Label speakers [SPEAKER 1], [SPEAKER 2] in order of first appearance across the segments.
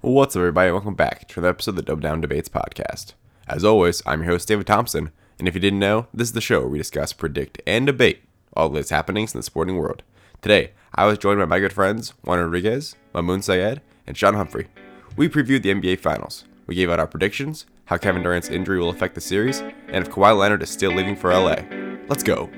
[SPEAKER 1] What's up, everybody? Welcome back to another episode of the Dub Down Debates podcast. As always, I'm your host, David Thompson, and if you didn't know, this is the show where we discuss, predict, and debate all the latest happenings in the sporting world. Today, I was joined by my good friends Juan Rodriguez, Mamoun Sayed, and Sean Humphrey. We previewed the NBA Finals. We gave out our predictions, how Kevin Durant's injury will affect the series, and if Kawhi Leonard is still leaving for LA. Let's go.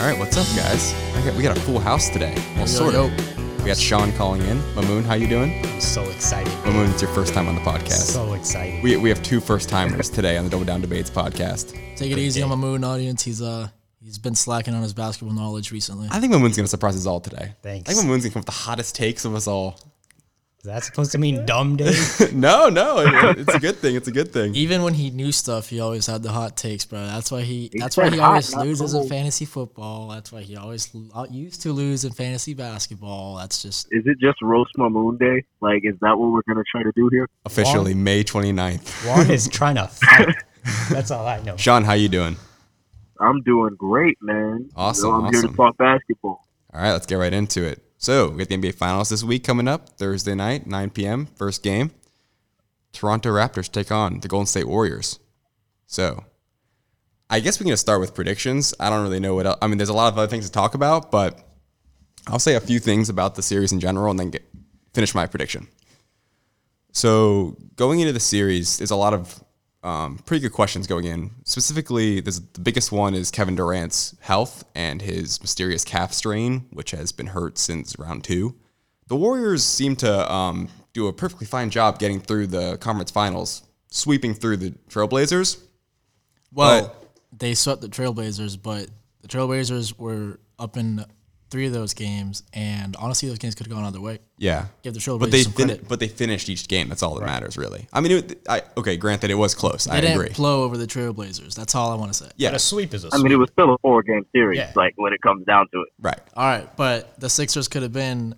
[SPEAKER 2] All right, what's up, guys? I got, we got a full house today. Well, sort
[SPEAKER 3] yo.
[SPEAKER 2] of. We got Sean calling in. Mamoon, how you doing?
[SPEAKER 3] so excited.
[SPEAKER 2] Mamoon, it's your first time on the podcast.
[SPEAKER 3] So excited.
[SPEAKER 2] Oh, we, we have two first timers today on the Double Down Debates podcast.
[SPEAKER 4] Take it easy on my moon audience. He's uh he's been slacking on his basketball knowledge recently.
[SPEAKER 2] I think Mamoon's gonna surprise us all today.
[SPEAKER 3] Thanks.
[SPEAKER 2] I think Mamoon's gonna come with the hottest takes of us all.
[SPEAKER 3] Is that supposed to mean dumb, Dave?
[SPEAKER 2] no, no, it- it's a good thing. It's a good thing.
[SPEAKER 4] Even when he knew stuff, he always had the hot takes, bro. That's why he that's why he always loses in fantasy football. That's why he always l- uh, used to lose in fantasy basketball. That's just
[SPEAKER 5] is it just roast my moon day? Like, is that what we're gonna try to do here?
[SPEAKER 2] Officially May 29th.
[SPEAKER 3] Juan is trying to fight. That's all I know.
[SPEAKER 2] Sean, how you doing?
[SPEAKER 5] I'm doing great, man.
[SPEAKER 2] Awesome,
[SPEAKER 5] You know, I'm here
[SPEAKER 2] awesome.
[SPEAKER 5] to talk basketball.
[SPEAKER 2] All right, let's get right into it. So we got the NBA Finals this week coming up Thursday night, 9 p.m. First game. Toronto Raptors take on the Golden State Warriors. So I guess we can just start with predictions. I don't really know what else. I mean, there's a lot of other things to talk about, but I'll say a few things about the series in general and then get, finish my prediction. So going into the series, there's a lot of um, pretty good questions going in. Specifically, this, the biggest one is Kevin Durant's health and his mysterious calf strain, which has been hurt since round two. The Warriors seem to um, do a perfectly fine job getting through the conference finals, sweeping through the Trailblazers.
[SPEAKER 4] well, they swept the Trailblazers, but the Trailblazers were up in three of those games, and honestly, those games could have gone either way.
[SPEAKER 2] Yeah,
[SPEAKER 4] Give the Trailblazers
[SPEAKER 2] but they
[SPEAKER 4] some
[SPEAKER 2] fin-
[SPEAKER 4] credit.
[SPEAKER 2] but they finished each game. That's all that matters, really. I mean, it, I, okay, granted, it was close. I
[SPEAKER 4] They didn't
[SPEAKER 2] agree.
[SPEAKER 4] blow over the Trailblazers. That's all I want to say.
[SPEAKER 2] yeah,
[SPEAKER 3] But a sweep is a
[SPEAKER 5] I
[SPEAKER 3] sweep.
[SPEAKER 5] mean, it was still a four game series.
[SPEAKER 3] Yeah.
[SPEAKER 5] Like, when it comes down to it,
[SPEAKER 2] right.
[SPEAKER 4] All right, but the Sixers could have been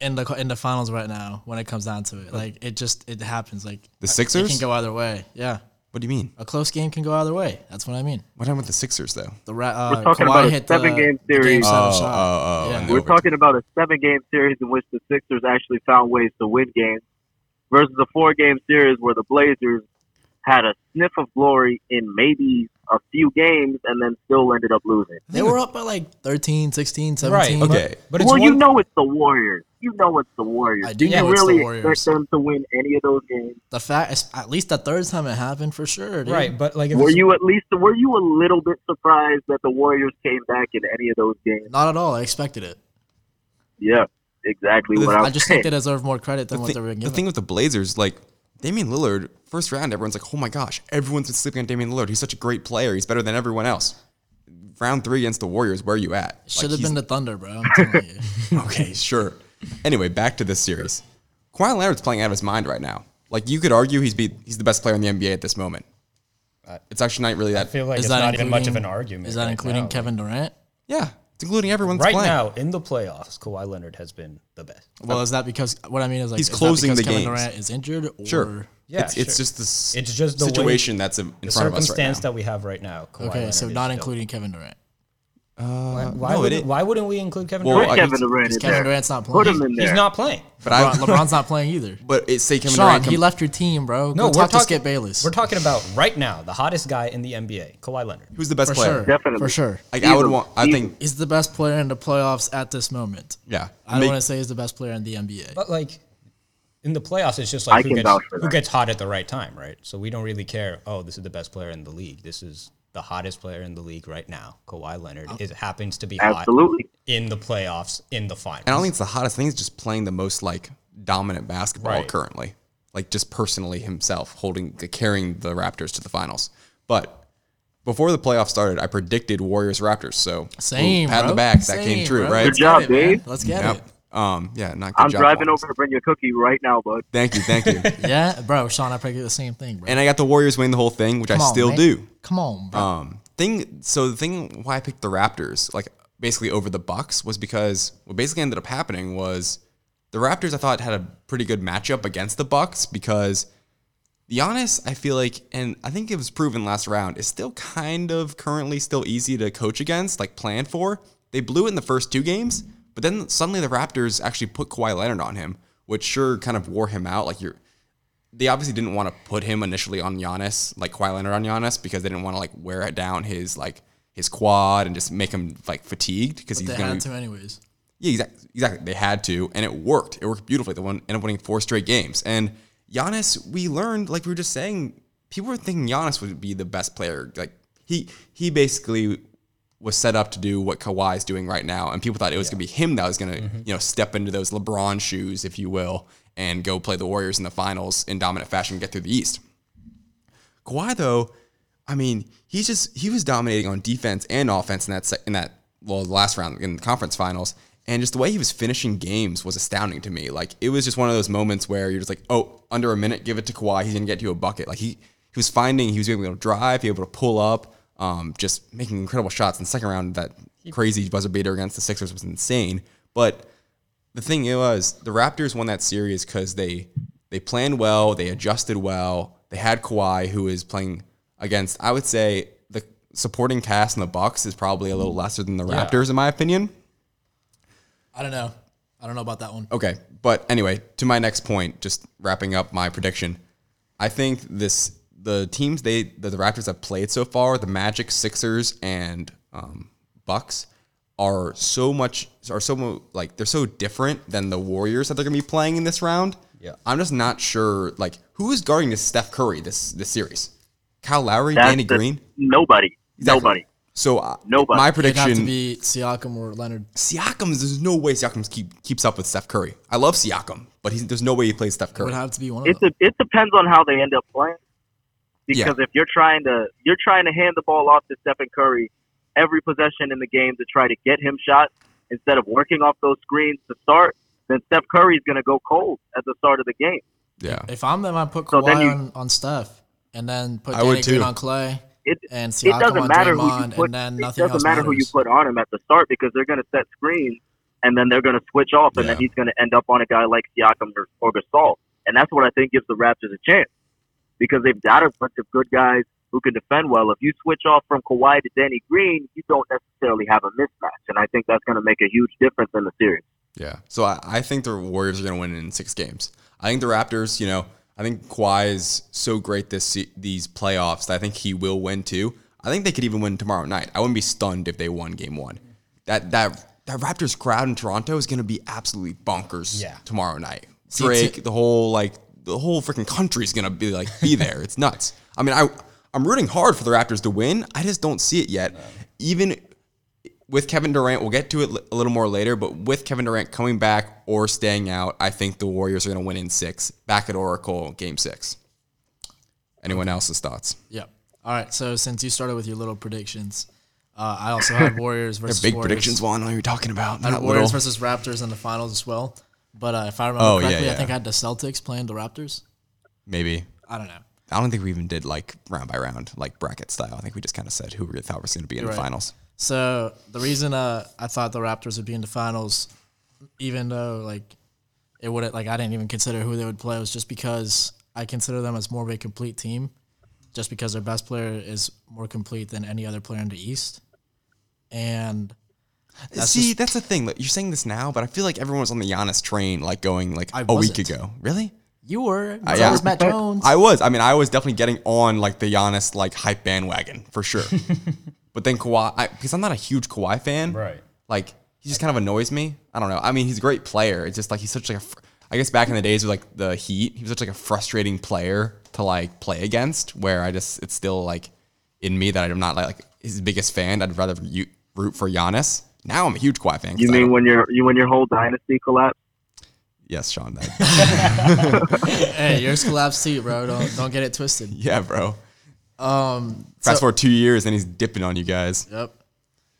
[SPEAKER 4] in the in the finals right now when it comes down to it. Like it just it happens. Like
[SPEAKER 2] The
[SPEAKER 4] it
[SPEAKER 2] Sixers.
[SPEAKER 4] can go either way. Yeah,
[SPEAKER 2] what do you mean?
[SPEAKER 4] a close game can go either way. That's what I mean.
[SPEAKER 2] What happened with the Sixers though?
[SPEAKER 4] The Ra- uh,
[SPEAKER 5] We're talking
[SPEAKER 4] Kawhi
[SPEAKER 5] about a
[SPEAKER 4] hit the,
[SPEAKER 5] seven-game
[SPEAKER 4] the game
[SPEAKER 5] series.
[SPEAKER 4] seven
[SPEAKER 2] Oh,
[SPEAKER 4] shot.
[SPEAKER 2] oh, oh,
[SPEAKER 4] Yeah.
[SPEAKER 2] and
[SPEAKER 5] we're
[SPEAKER 2] Over.
[SPEAKER 5] talking about a seven game series in which the Sixers actually found ways to win games, versus a four game series where the Blazers had a sniff of glory in maybe a few games and then still ended up losing.
[SPEAKER 4] They were up by like 13, 16, 17.
[SPEAKER 3] Right.
[SPEAKER 2] Okay.
[SPEAKER 3] But it's
[SPEAKER 5] well,
[SPEAKER 3] one,
[SPEAKER 5] you know it's the Warriors. You know it's the Warriors.
[SPEAKER 4] I do
[SPEAKER 5] you
[SPEAKER 4] know it's the
[SPEAKER 5] really
[SPEAKER 4] Warriors.
[SPEAKER 5] expect them to win any of those games?
[SPEAKER 4] The fact, it's at least the third time it happened for sure. Dude.
[SPEAKER 3] right, but like if
[SPEAKER 5] Were
[SPEAKER 3] it's-
[SPEAKER 5] you at least were you a little bit surprised that the Warriors came back in any of those games?
[SPEAKER 4] Not at all. I expected it.
[SPEAKER 5] Yeah, exactly what I'm
[SPEAKER 4] I just
[SPEAKER 5] saying.
[SPEAKER 4] think they deserve more credit than
[SPEAKER 2] The
[SPEAKER 4] what
[SPEAKER 2] thing-
[SPEAKER 4] they were
[SPEAKER 2] the
[SPEAKER 4] given.
[SPEAKER 2] thing with the Blazers, like Damian Lillard, first round, everyone's like, oh my gosh, everyone's been sleeping on Damian Lillard. He's such a great player. He's better than everyone else. Round three against the Warriors, where are you at? Like,
[SPEAKER 4] Should have
[SPEAKER 2] he's-
[SPEAKER 4] been the Thunder, bro. I'm telling you.
[SPEAKER 2] okay, sure. Anyway, back to this series. Kawhi Leonard's playing out of his mind right now. Like you could argue he's be, he's the best player in the NBA at this moment. Uh, it's actually not really
[SPEAKER 3] I
[SPEAKER 2] that.
[SPEAKER 3] feel like
[SPEAKER 4] Is
[SPEAKER 3] it's
[SPEAKER 4] that
[SPEAKER 3] not even much of an
[SPEAKER 4] including-
[SPEAKER 3] argument.
[SPEAKER 4] Is that
[SPEAKER 3] right
[SPEAKER 4] including
[SPEAKER 3] now.
[SPEAKER 4] Kevin Durant?
[SPEAKER 2] Yeah, it's including everyone that's
[SPEAKER 3] Right
[SPEAKER 2] playing.
[SPEAKER 3] now, in the playoffs, Kawhi Leonard has been the best.
[SPEAKER 4] Well, is that because what I mean is like
[SPEAKER 2] He's
[SPEAKER 4] is that
[SPEAKER 2] closing
[SPEAKER 4] because
[SPEAKER 2] the
[SPEAKER 4] Kevin
[SPEAKER 2] games.
[SPEAKER 4] Durant is injured? Or
[SPEAKER 2] Sure.
[SPEAKER 3] Yeah,
[SPEAKER 2] it's, it's
[SPEAKER 3] sure.
[SPEAKER 2] just this.
[SPEAKER 3] It's just the way-
[SPEAKER 2] situation that's in, in
[SPEAKER 3] The
[SPEAKER 2] front of us right now.
[SPEAKER 3] circumstance that we have right now. Kawhi
[SPEAKER 4] Okay,
[SPEAKER 3] Leonard
[SPEAKER 4] so
[SPEAKER 3] is
[SPEAKER 4] not
[SPEAKER 3] still-
[SPEAKER 4] including Kevin Durant.
[SPEAKER 2] Uh,
[SPEAKER 3] Why
[SPEAKER 2] no, it
[SPEAKER 3] wouldn't
[SPEAKER 2] is-
[SPEAKER 3] Why wouldn't we include Kevin
[SPEAKER 2] Well,
[SPEAKER 3] Durant?
[SPEAKER 5] Put
[SPEAKER 2] I-
[SPEAKER 5] Kevin Durant
[SPEAKER 4] Because
[SPEAKER 5] in
[SPEAKER 4] Kevin
[SPEAKER 5] there.
[SPEAKER 4] Durant's not
[SPEAKER 5] Put
[SPEAKER 4] playing.
[SPEAKER 5] him in there.
[SPEAKER 3] He's not playing.
[SPEAKER 2] but I,
[SPEAKER 4] LeBron, LeBron's not playing either.
[SPEAKER 2] but it's say Kevin
[SPEAKER 4] Sean,
[SPEAKER 2] Durant.
[SPEAKER 4] he
[SPEAKER 2] com-
[SPEAKER 4] left your team, bro.
[SPEAKER 3] No,
[SPEAKER 4] Go
[SPEAKER 3] we're
[SPEAKER 4] talk
[SPEAKER 3] talking.
[SPEAKER 4] to Skip Bayless.
[SPEAKER 3] We're talking about right now, the hottest guy in the NBA, Kawhi Leonard.
[SPEAKER 2] who's the best
[SPEAKER 4] for
[SPEAKER 2] player?
[SPEAKER 4] sure.
[SPEAKER 5] Definitely.
[SPEAKER 4] For sure.
[SPEAKER 2] Like I would
[SPEAKER 5] Easily.
[SPEAKER 2] want. I think.
[SPEAKER 4] He's the best player in the playoffs at this moment.
[SPEAKER 2] Yeah.
[SPEAKER 4] I don't
[SPEAKER 2] Make-
[SPEAKER 4] want to say he's the best player in the NBA.
[SPEAKER 3] But like in the playoffs, it's just
[SPEAKER 5] I
[SPEAKER 3] like who
[SPEAKER 5] can
[SPEAKER 3] gets,
[SPEAKER 5] vouch for
[SPEAKER 3] who
[SPEAKER 5] that.
[SPEAKER 3] gets hot at the right time, right? So we don't really care. Oh, this is the best player in the league. This is the hottest player in the league right now. Kawhi Leonard is happens to be hot
[SPEAKER 5] Absolutely.
[SPEAKER 3] in the playoffs in the finals.
[SPEAKER 2] And I don't think it's the hottest thing. It's just playing the most like dominant basketball
[SPEAKER 3] Right.
[SPEAKER 2] currently, like just personally himself holding carrying the Raptors to the finals. But before the playoffs started, I predicted Warriors Raptors. So
[SPEAKER 4] Same.
[SPEAKER 2] ooh, pat on the
[SPEAKER 4] bro.
[SPEAKER 2] back. That came
[SPEAKER 4] Same,
[SPEAKER 2] true,
[SPEAKER 4] bro.
[SPEAKER 2] right?
[SPEAKER 4] Let's
[SPEAKER 5] Good job,
[SPEAKER 4] get it, man.
[SPEAKER 5] Dave.
[SPEAKER 4] Let's get
[SPEAKER 2] Yep. Um. Yeah. Not. Good
[SPEAKER 5] I'm
[SPEAKER 2] job,
[SPEAKER 5] driving
[SPEAKER 2] Wallace.
[SPEAKER 5] over to bring you a cookie right now, bud.
[SPEAKER 2] Thank you. Thank you.
[SPEAKER 4] it. Yeah, bro. Sean, I predicted the same thing, bro.
[SPEAKER 2] and I got the Warriors winning the whole thing, which
[SPEAKER 4] Come
[SPEAKER 2] I
[SPEAKER 4] on,
[SPEAKER 2] still
[SPEAKER 4] man.
[SPEAKER 2] do.
[SPEAKER 4] Come on, bro.
[SPEAKER 2] Um, thing. So the thing why I picked the Raptors, like basically over the Bucks, was because what basically ended up happening was The Raptors, I thought, had a pretty good matchup against the Bucks because Giannis, I feel like, and I think it was proven last round, is still kind of currently still easy to coach against, like plan for. They blew it in the first two games, but then suddenly the Raptors actually put Kawhi Leonard on him, which sure kind of wore him out. Like you're, they obviously didn't want to put him initially on Giannis, like Kawhi Leonard on Giannis, because they didn't want to like wear it down his like his quad and just make him like fatigued because
[SPEAKER 4] But
[SPEAKER 2] he's
[SPEAKER 4] they
[SPEAKER 2] going
[SPEAKER 4] had
[SPEAKER 2] to.
[SPEAKER 4] to anyways.
[SPEAKER 2] Yeah, exactly. Exactly. They had to, and it worked. It worked beautifully. They won, ended up winning four straight games. And Giannis, we learned, like we were just saying, people were thinking Giannis would be the best player. Like he he basically was set up to do what Kawhi is doing right now, and people thought it was gonna be him that was gonna you know step into those LeBron shoes, if you will, and go play the Warriors in the finals in dominant fashion, and get through the East. Kawhi though, I mean, he's just he was dominating on defense and offense in that se- in that well the last round in the conference finals, and just the way he was finishing games was astounding to me. Like it was just one of those moments where you're just like, oh, under a minute, give it to Kawhi, he's gonna get you a bucket. Like he he was finding he was able to drive, he was able to pull up, um, just making incredible shots. In the second round, that crazy buzzer beater against the Sixers was insane, but the thing was the Raptors won that series because they they planned well, they adjusted well. They had Kawhi, who is playing against. I would say the supporting cast in the Bucks is probably a little lesser than the Raptors, in my opinion.
[SPEAKER 4] I don't know. I don't know about that one.
[SPEAKER 2] Okay, but anyway, to my next point, just wrapping up my prediction. I think this the teams they that the Raptors have played so far, the Magic, Sixers, and um, Bucks, are so much are so mo- like they're so different than the Warriors that they're gonna be playing in this round.
[SPEAKER 3] Yeah.
[SPEAKER 2] I'm just not sure like who is guarding this Steph Curry this this series. Kyle Lowry,
[SPEAKER 5] That's
[SPEAKER 2] Danny
[SPEAKER 5] the-
[SPEAKER 2] Green,
[SPEAKER 5] Nobody.
[SPEAKER 2] Exactly.
[SPEAKER 5] Nobody.
[SPEAKER 2] So uh,
[SPEAKER 5] Nobody.
[SPEAKER 2] My
[SPEAKER 4] It'd have to
[SPEAKER 2] prediction:
[SPEAKER 4] be Siakam or Leonard.
[SPEAKER 2] Siakam's. There's no way Siakam keep, keeps up with Steph Curry. I love Siakam, but he's, there's no way he plays Steph
[SPEAKER 4] It
[SPEAKER 2] Curry.
[SPEAKER 4] would have to be one of
[SPEAKER 5] It's
[SPEAKER 4] them.
[SPEAKER 5] a, it depends on how they end up playing. Because if you're trying to you're trying to hand the ball off to Stephen Curry every possession in the game to try to get him shots instead of working off those screens to start, then Steph Curry's going to go cold at the start of the game.
[SPEAKER 2] Yeah.
[SPEAKER 4] If I'm them, I put
[SPEAKER 5] So then
[SPEAKER 4] Kawhi
[SPEAKER 5] you-
[SPEAKER 4] on, on Steph, and then put
[SPEAKER 2] I would
[SPEAKER 4] Danny Green
[SPEAKER 2] too.
[SPEAKER 4] on Clay,
[SPEAKER 5] It
[SPEAKER 4] and Siakam
[SPEAKER 5] it doesn't
[SPEAKER 4] on
[SPEAKER 5] matter who you
[SPEAKER 4] Draymond,
[SPEAKER 5] put.
[SPEAKER 4] and then
[SPEAKER 5] it
[SPEAKER 4] nothing
[SPEAKER 5] doesn't
[SPEAKER 4] else
[SPEAKER 5] matter who you
[SPEAKER 4] matters.
[SPEAKER 5] put on him at the start because they're going to set screens and then they're going to switch off and then
[SPEAKER 2] Yeah.
[SPEAKER 5] he's going to end up on a guy like Siakam or, or Gasol, and that's what I think gives the Raptors a chance because they've got a bunch of good guys who can defend well. If you switch off from Kawhi to Danny Green, you don't necessarily have a mismatch, and I think that's going to make a huge difference in the series.
[SPEAKER 2] Yeah. So I, I think the Warriors are going to win in six games. I think the Raptors, you know, I think Kawhi is so great this se- these playoffs that I think he will win too. I think they could even win tomorrow night. I wouldn't be stunned if they won game one. That that that Raptors crowd in Toronto is going to be absolutely bonkers
[SPEAKER 3] Yeah.
[SPEAKER 2] tomorrow night.
[SPEAKER 4] it's-
[SPEAKER 2] Drake, the whole like the whole freaking country is going to be like be there. It's nuts. I mean, I I'm rooting hard for the Raptors to win. I just don't see it yet. Even with Kevin Durant, we'll get to it li- a little more later, but with Kevin Durant coming back or staying out, I think the Warriors are going to win in six. Back at Oracle, game six. Anyone else's thoughts?
[SPEAKER 4] Yep. All right. So since you started with your little predictions, uh, I also had Warriors versus
[SPEAKER 2] Big
[SPEAKER 4] Warriors.
[SPEAKER 2] predictions, well, I know you're talking about.
[SPEAKER 4] I had
[SPEAKER 2] Not
[SPEAKER 4] Warriors
[SPEAKER 2] little.
[SPEAKER 4] versus Raptors in the finals as well. But uh, if I remember
[SPEAKER 2] Oh, yeah,
[SPEAKER 4] correctly, I
[SPEAKER 2] yeah.
[SPEAKER 4] think I had the Celtics playing the Raptors.
[SPEAKER 2] Maybe.
[SPEAKER 4] I don't know.
[SPEAKER 2] I don't think we even did like round by round, like bracket style. I think we just kind of said who we thought was going to be in the
[SPEAKER 4] right.
[SPEAKER 2] finals.
[SPEAKER 4] So the reason uh, I thought the Raptors would be in the finals, even though like it would like I didn't even consider who they would play, was just because I consider them as more of a complete team, just because their best player is more complete than any other player in the East, and
[SPEAKER 2] See, that's the thing. Like, you're saying this now, but I feel like everyone was on the Giannis train, like going like
[SPEAKER 4] I
[SPEAKER 2] a week
[SPEAKER 4] wasn't.
[SPEAKER 2] ago. Really?
[SPEAKER 4] you were
[SPEAKER 2] Uh,
[SPEAKER 4] so
[SPEAKER 2] yeah.
[SPEAKER 4] was Matt Jones.
[SPEAKER 2] I was. I mean, I was definitely getting on like the Giannis like hype bandwagon for sure. but then Kawhi, I, because I'm not a huge Kawhi fan,
[SPEAKER 3] Right.
[SPEAKER 2] Like he just kind of annoys me. I don't know. I mean, he's a great player. It's just like he's such like a. fr- I guess back in the days with like the Heat, he was such like a frustrating player to like play against. Where I just it's still like in me that I'm not like, his biggest fan. I'd rather you, root for Giannis. Now I'm a huge Kawhi fan. 'cause
[SPEAKER 5] You
[SPEAKER 2] I
[SPEAKER 5] mean
[SPEAKER 2] don't-
[SPEAKER 5] when your you when your whole dynasty collapsed?
[SPEAKER 2] yes, Sean? That
[SPEAKER 4] hey, yours collapsed too, bro. Don't don't get it twisted.
[SPEAKER 2] yeah, bro.
[SPEAKER 4] Um,
[SPEAKER 2] Fast
[SPEAKER 4] so-
[SPEAKER 2] forward two years and he's dipping on you guys.
[SPEAKER 4] Yep.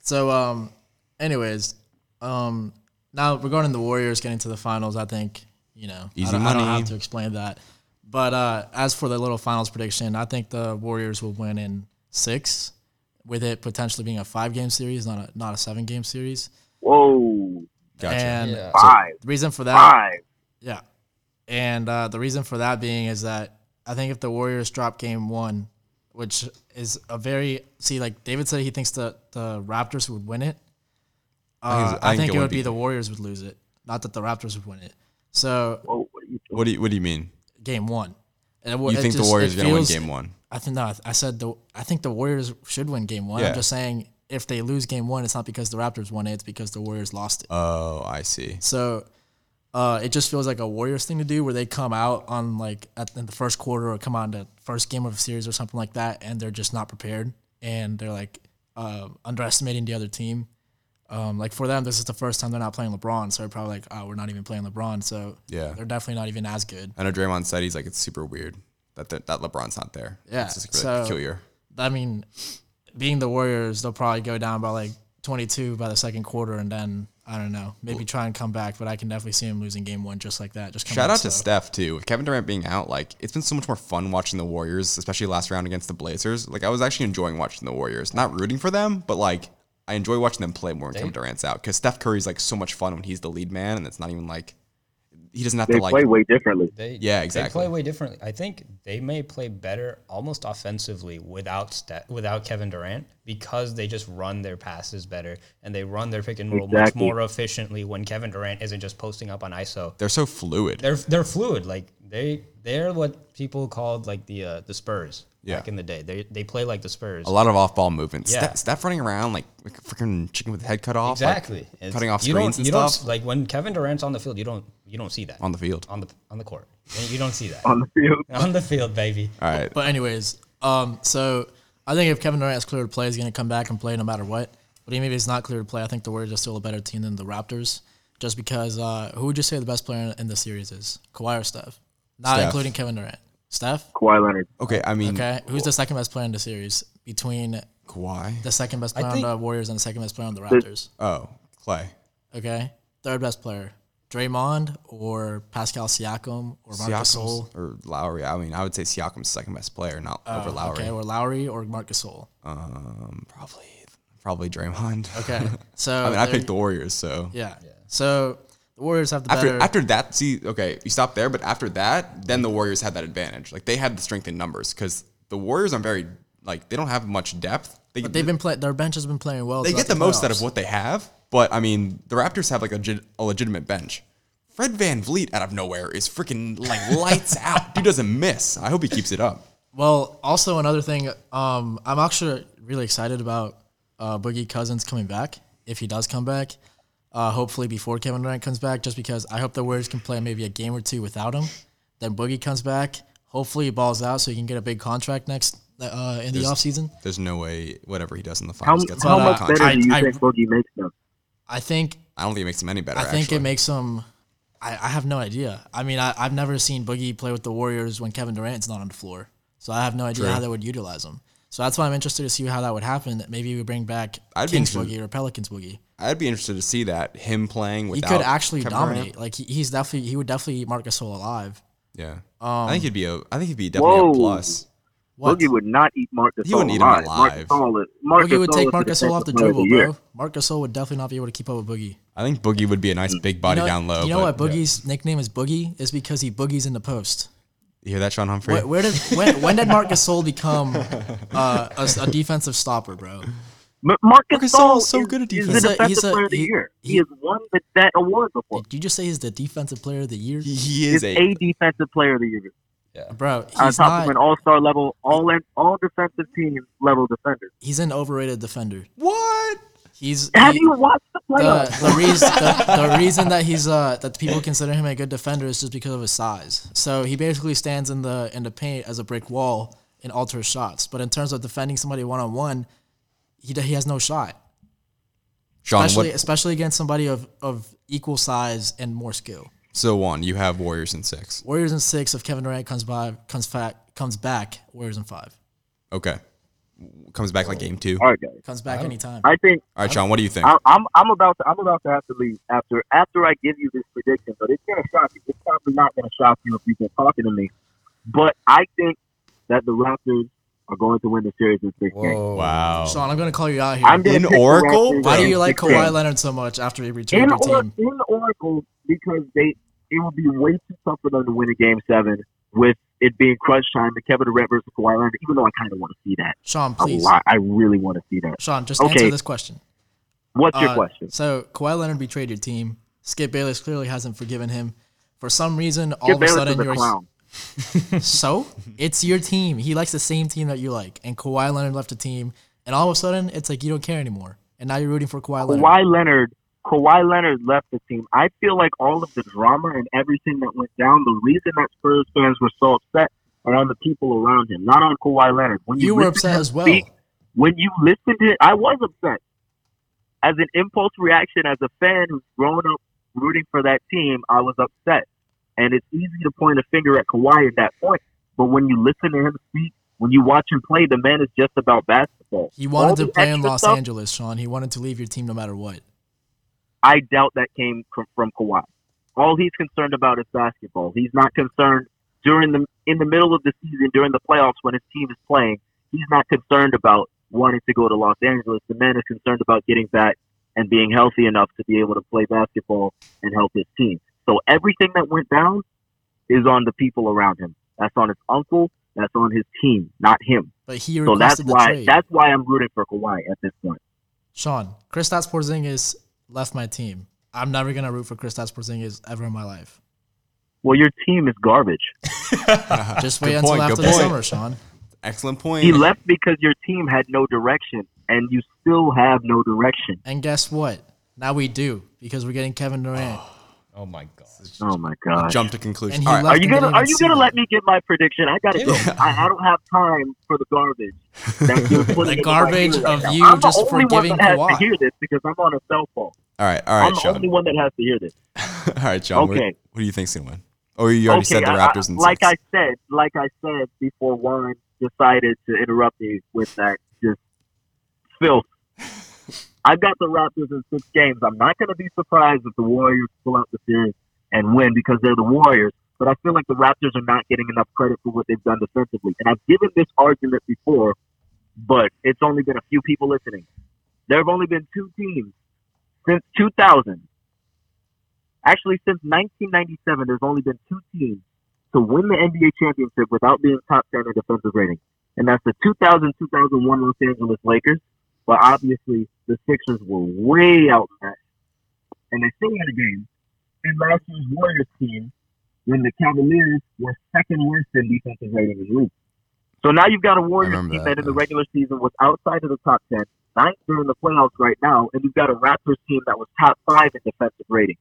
[SPEAKER 4] So, um, anyways, um, now regarding the Warriors getting to the finals, I think you know I, don't, I don't
[SPEAKER 2] money.
[SPEAKER 4] have to explain that. But uh, as for the little finals prediction, I think the Warriors will win in six, with it potentially being a five game series, not a not a seven game series.
[SPEAKER 5] Whoa!
[SPEAKER 2] Gotcha.
[SPEAKER 4] And
[SPEAKER 3] Yeah.
[SPEAKER 5] Five,
[SPEAKER 4] the reason for that,
[SPEAKER 5] five.
[SPEAKER 4] yeah, and uh, the reason for that being is that I think if the Warriors drop Game One, which is a very see like David said he thinks the the Raptors would win it.
[SPEAKER 2] I
[SPEAKER 4] Uh,
[SPEAKER 2] think it's- I
[SPEAKER 4] I think
[SPEAKER 2] think it
[SPEAKER 4] it
[SPEAKER 2] would
[SPEAKER 4] would be
[SPEAKER 2] be-
[SPEAKER 4] the Warriors would lose it, not that the Raptors would win it. So
[SPEAKER 5] Whoa, what are you doing?
[SPEAKER 2] What do you What do you mean?
[SPEAKER 4] Game One. And it wa-
[SPEAKER 2] You
[SPEAKER 4] it
[SPEAKER 2] think the
[SPEAKER 4] just-
[SPEAKER 2] Warriors
[SPEAKER 4] it
[SPEAKER 2] are going to win
[SPEAKER 4] feels-
[SPEAKER 2] Game One?
[SPEAKER 4] I think no. I, I said the. I think the Warriors should win Game One.
[SPEAKER 2] Yeah.
[SPEAKER 4] I'm just saying if they lose Game One, it's not because the Raptors won it. It's because the Warriors lost it.
[SPEAKER 2] Oh, I see.
[SPEAKER 4] So uh, it just feels like a Warriors thing to do, where they come out on like at, in the first quarter or come on to first game of a series or something like that, and they're just not prepared, and they're like uh, underestimating the other team. Um, like for them, this is the first time they're not playing LeBron, so they're probably like, oh, we're not even playing LeBron, so
[SPEAKER 2] Yeah.
[SPEAKER 4] they're definitely not even as good.
[SPEAKER 2] I know Draymond said he's like it's super weird that that, that LeBron's not there.
[SPEAKER 4] Yeah,
[SPEAKER 2] it's just really
[SPEAKER 4] so-
[SPEAKER 2] peculiar.
[SPEAKER 4] I mean, being the Warriors, they'll probably go down by like 22 by the second quarter, and then I don't know, maybe try and come back. But I can definitely see them losing game one just like that. Just come
[SPEAKER 2] Shout
[SPEAKER 4] back
[SPEAKER 2] out
[SPEAKER 4] slow.
[SPEAKER 2] to Steph too. With Kevin Durant being out, like it's been so much more fun watching the Warriors, especially last round against the Blazers. Like I was actually enjoying watching the Warriors, not rooting for them, but like I enjoy watching them play more when Kevin Durant's out because Steph Curry's like so much fun when he's the lead man, and it's not even like he doesn't have
[SPEAKER 5] They
[SPEAKER 2] to like.
[SPEAKER 5] play way differently.
[SPEAKER 3] They
[SPEAKER 2] Yeah,
[SPEAKER 3] They play
[SPEAKER 2] exactly.
[SPEAKER 3] way differently. I think they may play better almost offensively without Ste- without Kevin Durant because they just run their passes better and they run their pick and roll
[SPEAKER 5] Exactly.
[SPEAKER 3] much more efficiently when Kevin Durant isn't just posting up on ISO.
[SPEAKER 2] They're so fluid.
[SPEAKER 3] They're they're fluid. Like they they're what people called like the uh, the Spurs
[SPEAKER 2] Yeah.
[SPEAKER 3] back in the day. They they play like the Spurs.
[SPEAKER 2] a lot of off-ball movements.
[SPEAKER 3] Yeah.
[SPEAKER 2] Steph, Steph running around like, like a freaking chicken with his head cut off. like,
[SPEAKER 3] Exactly. It's-
[SPEAKER 2] cutting off
[SPEAKER 3] you don't-
[SPEAKER 2] screens and
[SPEAKER 3] you don't-
[SPEAKER 2] stuff.
[SPEAKER 3] like when Kevin Durant's on the field, you don't you don't see that
[SPEAKER 2] on the field.
[SPEAKER 3] on the on the court. You don't see that
[SPEAKER 5] on the field.
[SPEAKER 3] on the field, baby.
[SPEAKER 2] All right.
[SPEAKER 4] But anyways, um, so I think if Kevin Durant is clear to play, he's going to come back and play no matter what. But even if he's not clear to play, I think the Warriors are still a better team than the Raptors, just because uh, who would you say the best player in- in the series is? Kawhi or Steph? Not
[SPEAKER 2] Steph.
[SPEAKER 4] including Kevin Durant. Steph.
[SPEAKER 5] Kawhi Leonard.
[SPEAKER 2] Okay. I mean,
[SPEAKER 4] Okay, who's the second best player in the series between
[SPEAKER 2] Kawhi.
[SPEAKER 4] the second best player
[SPEAKER 3] think-
[SPEAKER 4] on the Warriors and the second best player on the Raptors?
[SPEAKER 2] Oh, Clay.
[SPEAKER 4] Okay. Third best player, Draymond or Pascal Siakam or Marc Gasol. Oh,
[SPEAKER 2] Siakam or Lowry. I mean, I would say Siakam's second best player, not over Lowry.
[SPEAKER 4] Okay, or Lowry or Marc Gasol.
[SPEAKER 2] Um, probably, probably Draymond.
[SPEAKER 4] Okay. So
[SPEAKER 2] I mean, I
[SPEAKER 4] there-
[SPEAKER 2] picked the Warriors, so
[SPEAKER 4] yeah. So the Warriors have the
[SPEAKER 2] after
[SPEAKER 4] better
[SPEAKER 2] after that, see, okay, you stop there, but after that, then the Warriors had that advantage. Like they had the strength in numbers because the Warriors are very like they don't have much depth. They
[SPEAKER 4] but they've been play, their bench has been playing well.
[SPEAKER 2] they
[SPEAKER 4] throughout
[SPEAKER 2] get the most out
[SPEAKER 4] playoffs.
[SPEAKER 2] of what they have, but I mean, the Raptors have like a, legit- a legitimate bench. Fred Van Vliet out of nowhere is freaking like lights out. Dude doesn't miss. I hope he keeps it up.
[SPEAKER 4] Well, also another thing, um, I'm actually really excited about uh, Boogie Cousins coming back. If he does come back, uh, hopefully before Kevin Durant comes back, just because I hope the Warriors can play maybe a game or two without him. Then Boogie comes back. Hopefully he balls out so he can get a big contract next uh, in the offseason.
[SPEAKER 2] There's no way whatever he does in the
[SPEAKER 5] How,
[SPEAKER 2] finals gets
[SPEAKER 5] how
[SPEAKER 2] him out of
[SPEAKER 5] much
[SPEAKER 2] the
[SPEAKER 5] better
[SPEAKER 2] contract.
[SPEAKER 5] do you
[SPEAKER 4] uh, I- I-
[SPEAKER 5] think Boogie makes them?
[SPEAKER 4] I think
[SPEAKER 2] I don't think it makes him any better.
[SPEAKER 4] I think
[SPEAKER 2] actually.
[SPEAKER 4] it makes him. I, I have no idea. I mean, I, I've never seen Boogie play with the Warriors when Kevin Durant's not on the floor, so I have no idea how they would utilize him. So that's why I'm interested to see how that would happen. That maybe we bring back
[SPEAKER 2] I'd be
[SPEAKER 4] Kings
[SPEAKER 2] interested-
[SPEAKER 4] Boogie or Pelicans Boogie.
[SPEAKER 2] I'd be interested to see that him playing
[SPEAKER 4] He
[SPEAKER 2] without.
[SPEAKER 4] could actually
[SPEAKER 2] Kevin Durant.
[SPEAKER 4] dominate. Like he, he's definitely he would definitely eat Marcus Gasol alive.
[SPEAKER 2] Yeah, I
[SPEAKER 4] Um,
[SPEAKER 2] think he'd be a. I think he'd be definitely
[SPEAKER 5] Whoa.
[SPEAKER 2] a plus.
[SPEAKER 4] What?
[SPEAKER 5] Boogie would not eat Marc Gasol
[SPEAKER 2] He wouldn't eat him
[SPEAKER 5] alive.
[SPEAKER 2] alive.
[SPEAKER 5] Marc Gasol is- Marc
[SPEAKER 4] Boogie would
[SPEAKER 5] Gasol is
[SPEAKER 4] take
[SPEAKER 5] the
[SPEAKER 4] Marcus Gasol
[SPEAKER 5] defensive
[SPEAKER 4] off the
[SPEAKER 5] player of
[SPEAKER 4] dribble,
[SPEAKER 5] year.
[SPEAKER 4] bro. Marcus Gasol would definitely not be able to keep up with Boogie.
[SPEAKER 2] I think Boogie would be a nice big body
[SPEAKER 4] You know,
[SPEAKER 2] down low.
[SPEAKER 4] you know
[SPEAKER 2] but-
[SPEAKER 4] what Boogie's nickname is Boogie is because he boogies in the post.
[SPEAKER 2] You hear that, Sean Humphrey?
[SPEAKER 4] Where, where did when, when did Marc Gasol become uh, a, a defensive stopper, bro?
[SPEAKER 5] Ma- Marc
[SPEAKER 2] Marc
[SPEAKER 5] Gasol
[SPEAKER 2] Gasol is so
[SPEAKER 5] is-
[SPEAKER 2] good at
[SPEAKER 5] is
[SPEAKER 2] defense.
[SPEAKER 5] the
[SPEAKER 4] He's a- he's
[SPEAKER 5] defensive
[SPEAKER 4] a-
[SPEAKER 5] player of the
[SPEAKER 4] he-
[SPEAKER 5] year. He
[SPEAKER 4] he-
[SPEAKER 5] has won the, that award before.
[SPEAKER 4] Did you just say he's the defensive player of the year,
[SPEAKER 2] He- he
[SPEAKER 5] He's
[SPEAKER 2] is a.
[SPEAKER 5] a defensive player of the year.
[SPEAKER 4] bro?
[SPEAKER 5] On
[SPEAKER 4] He's
[SPEAKER 5] top of an
[SPEAKER 4] not.
[SPEAKER 5] all-star level, all all defensive team level defender.
[SPEAKER 4] He's an overrated defender.
[SPEAKER 2] What?
[SPEAKER 4] He's
[SPEAKER 5] Have
[SPEAKER 4] he-
[SPEAKER 5] you watched the
[SPEAKER 4] the,
[SPEAKER 5] playoffs?
[SPEAKER 4] the reason the, the reason that he's uh that people consider him a good defender is just because of his size. So he basically stands in the in the paint as a brick wall and alters shots. But in terms of defending somebody one on one, he d- he has no shot.
[SPEAKER 2] Sean,
[SPEAKER 4] especially
[SPEAKER 2] what?
[SPEAKER 4] especially against somebody of of equal size and more skill.
[SPEAKER 2] So one, you have Warriors in six.
[SPEAKER 4] Warriors in six. If Kevin Durant comes by comes back comes back. Warriors in five.
[SPEAKER 2] Okay. Comes back like game two.
[SPEAKER 5] All right, guys.
[SPEAKER 4] Comes back anytime.
[SPEAKER 5] I think
[SPEAKER 2] All right, Sean, what do you think?
[SPEAKER 5] I- I'm I'm about to I'm about to have to leave after after I give you this prediction, but it's gonna shock you. It's probably not gonna shock you if you've been talking to me. But I think that the Raptors are going to win the series in six games.
[SPEAKER 3] Whoa.
[SPEAKER 2] Wow.
[SPEAKER 4] Sean, I'm gonna call you out here.
[SPEAKER 5] I'm gonna
[SPEAKER 2] In
[SPEAKER 5] pick the
[SPEAKER 2] Oracle?
[SPEAKER 5] Raptors
[SPEAKER 4] Why do
[SPEAKER 5] in
[SPEAKER 4] you like
[SPEAKER 5] six games.
[SPEAKER 4] Kawhi Leonard so much after he returned
[SPEAKER 5] in,
[SPEAKER 4] your
[SPEAKER 5] or-
[SPEAKER 4] team?
[SPEAKER 5] in Oracle because they it would be way too tough for them to win a game seven with it being crunch time and Kevin Durant versus Kawhi Leonard. Even though I kind of want to see that
[SPEAKER 4] Sean,
[SPEAKER 5] a
[SPEAKER 4] please.
[SPEAKER 5] lot, I really want to see that.
[SPEAKER 4] Sean, just
[SPEAKER 5] Okay.
[SPEAKER 4] answer this question.
[SPEAKER 5] What's your
[SPEAKER 4] Uh,
[SPEAKER 5] question?
[SPEAKER 4] So Kawhi Leonard betrayed your team. Skip Bayless clearly hasn't forgiven him. For some reason, all
[SPEAKER 5] Skip
[SPEAKER 4] of a
[SPEAKER 5] Bayless
[SPEAKER 4] sudden
[SPEAKER 5] is a
[SPEAKER 4] you're
[SPEAKER 5] clown.
[SPEAKER 4] so it's your team. He likes the same team that you like, and Kawhi Leonard left the team, and all of a sudden it's like you don't care anymore, and now you're rooting for Kawhi Leonard.
[SPEAKER 5] Kawhi Leonard. Kawhi Leonard left the team. I feel like all of the drama and everything that went down, the reason that Spurs fans were so upset are on the people around him, not on Kawhi Leonard. When
[SPEAKER 4] You were
[SPEAKER 5] listen to
[SPEAKER 4] upset
[SPEAKER 5] him
[SPEAKER 4] as well.
[SPEAKER 5] speak, when you listened to it, I was upset. As an impulse reaction, as a fan who's grown up rooting for that team, I was upset. And it's easy to point a finger at Kawhi at that point. But when you listen to him speak, when you watch him play, the man is just about basketball.
[SPEAKER 4] He
[SPEAKER 5] All
[SPEAKER 4] wanted to
[SPEAKER 5] the
[SPEAKER 4] play in
[SPEAKER 5] extra
[SPEAKER 4] Los
[SPEAKER 5] stuff,
[SPEAKER 4] Angeles, Sean. He wanted to leave your team no matter what.
[SPEAKER 5] I doubt that came from, from Kawhi. All he's concerned about is basketball. He's not concerned during the in the middle of the season, during the playoffs when his team is playing. He's not concerned about wanting to go to Los Angeles. The man is concerned about getting back and being healthy enough to be able to play basketball and help his team. So everything that went down is on the people around him. That's on his uncle. That's on his team, not him.
[SPEAKER 4] But he
[SPEAKER 5] So that's
[SPEAKER 4] requested the
[SPEAKER 5] why
[SPEAKER 4] trade.
[SPEAKER 5] that's why I'm rooting for Kawhi at this point.
[SPEAKER 4] Sean, Kristaps Porzingis left my team. I'm never gonna root for Kristaps Porzingis ever in my life.
[SPEAKER 5] Well, your team is garbage.
[SPEAKER 4] Just
[SPEAKER 2] Good
[SPEAKER 4] wait until
[SPEAKER 2] point,
[SPEAKER 4] after
[SPEAKER 2] good
[SPEAKER 4] the
[SPEAKER 2] point.
[SPEAKER 4] summer, Sean.
[SPEAKER 2] Excellent point.
[SPEAKER 5] He left because your team had no direction, and you still have no direction.
[SPEAKER 4] And guess what? Now we do because we're getting Kevin Durant.
[SPEAKER 3] Oh my god.
[SPEAKER 5] Oh my god!
[SPEAKER 2] Jump to conclusion.
[SPEAKER 4] And he
[SPEAKER 2] All right.
[SPEAKER 4] left-
[SPEAKER 5] Are you
[SPEAKER 4] I
[SPEAKER 5] gonna
[SPEAKER 4] didn't even
[SPEAKER 5] Are you
[SPEAKER 4] see
[SPEAKER 5] gonna
[SPEAKER 4] that.
[SPEAKER 5] let me get my prediction? I gotta go. I, I don't have time for the garbage. That you're putting in my
[SPEAKER 4] garbage
[SPEAKER 5] ear right
[SPEAKER 4] of
[SPEAKER 5] now.
[SPEAKER 4] you
[SPEAKER 5] I'm
[SPEAKER 4] just
[SPEAKER 5] the only one
[SPEAKER 4] forgiving
[SPEAKER 5] that has
[SPEAKER 4] Kawhi.
[SPEAKER 5] to hear this because I'm on a cell phone.
[SPEAKER 2] All right. All right,
[SPEAKER 5] I'm the
[SPEAKER 2] Sean.
[SPEAKER 5] only one that has to hear this.
[SPEAKER 2] All right, Sean. What,
[SPEAKER 5] Okay.
[SPEAKER 2] what do you think's gonna win? Oh, you already said the
[SPEAKER 5] I- I-
[SPEAKER 2] Raptors and
[SPEAKER 5] like
[SPEAKER 2] six.
[SPEAKER 5] I said, like I said before, Juan decided to interrupt me with that just filth. I've got the Raptors in six games. I'm not going to be surprised if the Warriors pull out the series and win because they're the Warriors. But I feel like the Raptors are not getting enough credit for what they've done defensively. And I've given this argument before, but it's only been a few people listening. There have only been two teams since 2000 Actually, since 1997, there's only been two teams to win the NBA championship without being top 10 in defensive rating. And that's the 2000 2001 Los Angeles Lakers. But obviously, the Sixers were way outmatched. And they still won a game. And last year's Warriors team, when the Cavaliers were second worst in defensive rating in the league. So now you've got a Warriors
[SPEAKER 2] remember
[SPEAKER 5] team
[SPEAKER 2] that,
[SPEAKER 5] that in the
[SPEAKER 2] yeah.
[SPEAKER 5] regular season was outside of the top 10, ninth during the playoffs right now. And you've got a Raptors team that was top five in defensive rating.